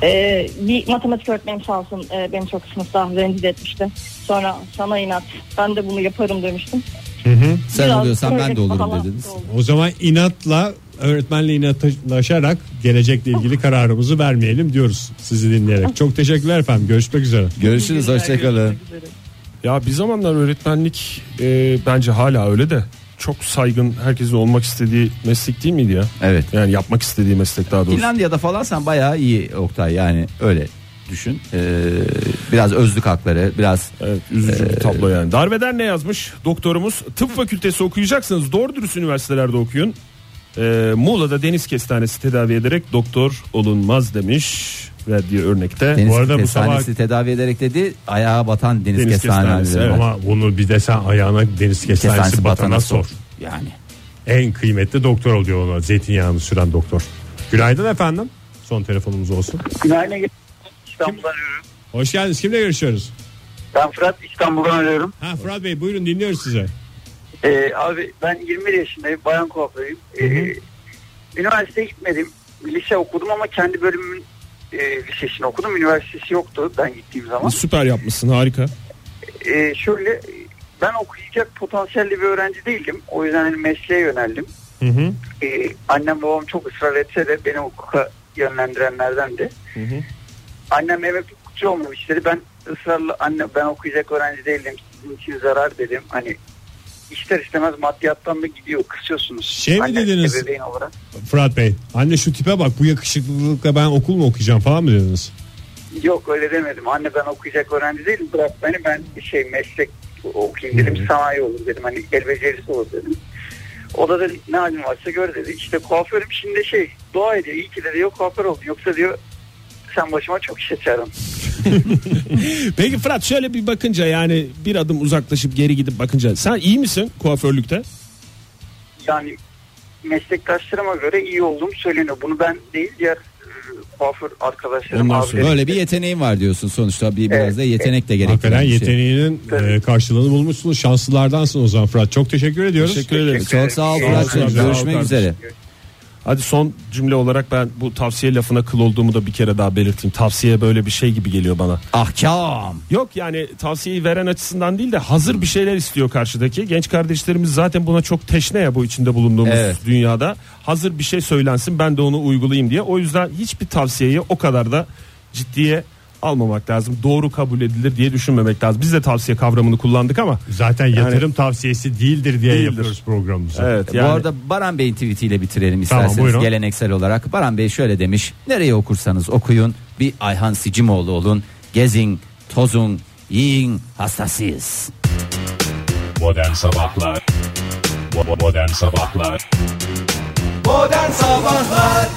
Speaker 7: Ee, bir matematik öğretmenim sağ olsun e, beni çok sınıfta rencide etmişti. Sonra sana inat ben de bunu yaparım demiştim.
Speaker 3: Sen
Speaker 7: Biraz
Speaker 3: oluyorsan ben
Speaker 7: böyle
Speaker 3: de olurum
Speaker 7: falan
Speaker 3: dediniz.
Speaker 7: oldu.
Speaker 2: O zaman inatla öğretmenle inatlaşarak gelecekle ilgili kararımızı vermeyelim diyoruz sizi dinleyerek. Çok teşekkürler efendim. Görüşmek üzere.
Speaker 3: Görüşürüz hoşçakalın.
Speaker 7: Görüşmek üzere.
Speaker 4: Ya bir zamanlar öğretmenlik e, bence hala öyle de çok saygın herkesin olmak istediği meslek değil miydi ya?
Speaker 3: Evet.
Speaker 4: Yani yapmak istediği meslek daha doğrusu.
Speaker 3: Finlandiya'da falan sen bayağı iyi Oktay yani öyle düşün. Ee, biraz özlük hakları biraz e,
Speaker 4: Evet, üzücü bir tablo yani. Darveder ne yazmış? Doktorumuz tıp fakültesi okuyacaksınız doğru dürüst üniversitelerde okuyun. E, Muğla'da deniz kestanesi tedavi ederek doktor olunmaz demiş verdiği örnekte.
Speaker 3: deniz
Speaker 2: Bu arada bu
Speaker 3: kestanesi tedavi ederek dedi ayağa batan deniz,
Speaker 4: Deniz
Speaker 3: kestanesi.
Speaker 4: kestanesi, evet.
Speaker 2: Ama bunu bir de sen ayağına deniz kestanesi,
Speaker 3: Kestanesi
Speaker 2: batana,
Speaker 3: batana
Speaker 2: sor.
Speaker 3: Yani
Speaker 2: En kıymetli doktor oluyor ona zeytinyağını süren doktor. Günaydın efendim. Son telefonumuz olsun.
Speaker 1: Günaydın. İstanbul'dan arıyorum.
Speaker 2: Hoş geldiniz. Kimle görüşüyoruz?
Speaker 1: Ben Fırat İstanbul'dan arıyorum.
Speaker 2: Ha Fırat Bey buyurun dinliyoruz size.
Speaker 1: Ee, abi ben 21 yaşındayım. Bayan kuaförüyüm. Ee, üniversiteye gitmedim. Lise okudum ama kendi bölümümün e, lisesini okudum. Üniversitesi yoktu ben gittiğim zaman.
Speaker 4: Süper yapmışsın harika.
Speaker 1: Ee, şöyle ben okuyacak potansiyelli bir öğrenci değildim. O yüzden hani mesleğe yöneldim.
Speaker 2: Hı hı.
Speaker 1: Ee, annem babam çok ısrar etse de beni hukuka yönlendirenlerdendi. Annem emeklilikçi olmamı istedi. Ben ısrarla anne ben okuyacak öğrenci değilim. Sizin için zarar dedim. Hani ister istemez maddiyattan da gidiyor. Kısıyorsunuz.
Speaker 2: Şey mi
Speaker 1: Anne,
Speaker 2: dediniz?
Speaker 1: ebeveyn olarak.
Speaker 2: Fırat Bey anne şu tipe bak bu yakışıklılıkla ben okul mu okuyacağım falan mı dediniz?
Speaker 1: Yok öyle demedim. Anne ben okuyacak öğrenci değilim. Bırak beni ben şey meslek okuyayım dedim. Sanayi olur dedim. Hani el becerisi olur dedim. O da dedi ne halin varsa gör dedi. İşte kuaförüm şimdi şey dua ediyor. İyi ki de diyor kuaför oldun. Yoksa diyor sen başıma çok iş açarım.
Speaker 4: Peki Fırat şöyle bir bakınca yani bir adım uzaklaşıp geri gidip bakınca sen iyi misin kuaförlükte?
Speaker 1: Yani meslektaşlarıma göre iyi olduğum söyleniyor. Bunu ben değil diğer e, kuaför arkadaşlarım
Speaker 4: Ondan
Speaker 1: abilerim.
Speaker 3: böyle bir yeteneğin var diyorsun sonuçta bir biraz
Speaker 1: Evet,
Speaker 3: da yetenek de
Speaker 2: Hakikaten
Speaker 3: gerektiren bir şey.
Speaker 2: yeteneğinin
Speaker 1: Tabii.
Speaker 2: e, karşılığını bulmuşsunuz. Şanslılardansın o zaman Fırat. Çok teşekkür ediyoruz.
Speaker 4: Teşekkür ederim.
Speaker 3: Çok sağ
Speaker 1: Sağ
Speaker 3: ol
Speaker 1: ol
Speaker 3: Fırat'cığım
Speaker 4: kardeşim.
Speaker 3: görüşmek
Speaker 4: Sağ ol
Speaker 3: üzere.
Speaker 4: Hadi son cümle olarak ben bu tavsiye lafına kıl olduğumu da bir kere daha belirteyim. Tavsiye böyle bir şey gibi geliyor bana.
Speaker 3: Ahkam.
Speaker 4: Yok yani tavsiyeyi veren açısından değil de hazır bir şeyler istiyor karşıdaki. Genç kardeşlerimiz zaten buna çok teşne ya bu içinde bulunduğumuz
Speaker 3: Evet.
Speaker 4: dünyada. Hazır bir şey söylensin ben de onu uygulayayım diye. O yüzden hiçbir tavsiyeyi o kadar da ciddiye almamak lazım. Doğru kabul edilir diye düşünmemek lazım. Biz de tavsiye kavramını kullandık ama.
Speaker 2: Zaten yatırım tavsiyesi değildir diye
Speaker 4: Değildir.
Speaker 2: yapıyoruz programımızı.
Speaker 4: Evet
Speaker 3: Bu
Speaker 4: yani
Speaker 3: arada Baran Bey'in tweetiyle bitirelim
Speaker 2: Tamam,
Speaker 3: isterseniz
Speaker 2: buyurun.
Speaker 3: geleneksel olarak. Baran Bey şöyle demiş. Nereye okursanız okuyun bir Ayhan Sicimoğlu olun. Gezin, tozun, yiyin, hastasıyız.
Speaker 15: Modern Sabahlar Bo- Modern Sabahlar
Speaker 6: Modern Sabahlar